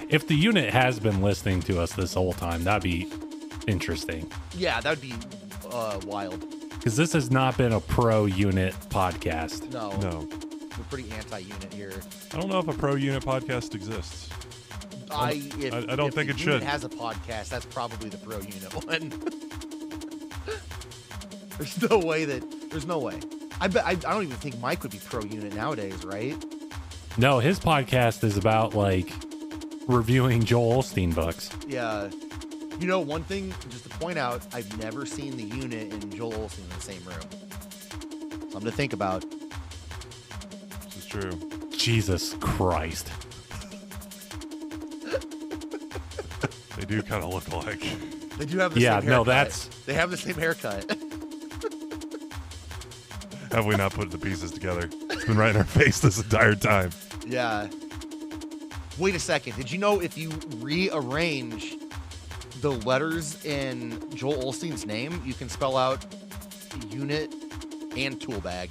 G: If the unit has been listening to us this whole time, that'd be interesting.
F: Yeah, that'd be uh, wild.
G: Because this has not been a pro unit podcast.
F: No,
E: No,
F: we're pretty anti-unit here.
E: I don't know if a pro unit podcast exists.
F: I, if,
E: I- I don't
F: if
E: think
F: the
E: it
F: unit
E: should.
F: Has a podcast. That's probably the pro unit one. there's no way that. There's no way. I bet. I, I don't even think Mike would be pro unit nowadays, right?
G: No, his podcast is about like reviewing Joel Olstein books.
F: Yeah. You know, one thing just to point out, I've never seen the unit and Joel Olsen in the same room. Something to think about.
E: This is true.
G: Jesus Christ.
E: They do kind of look alike.
F: They do have the
G: Yeah,
F: same
G: no,
F: haircut.
G: that's-
F: they have the same haircut.
E: Have we not put the pieces together? It's been right in our face this entire time.
F: yeah. Wait a second. Did you know if you rearrange the letters in Joel Olstein's name, you can spell out unit and tool bag?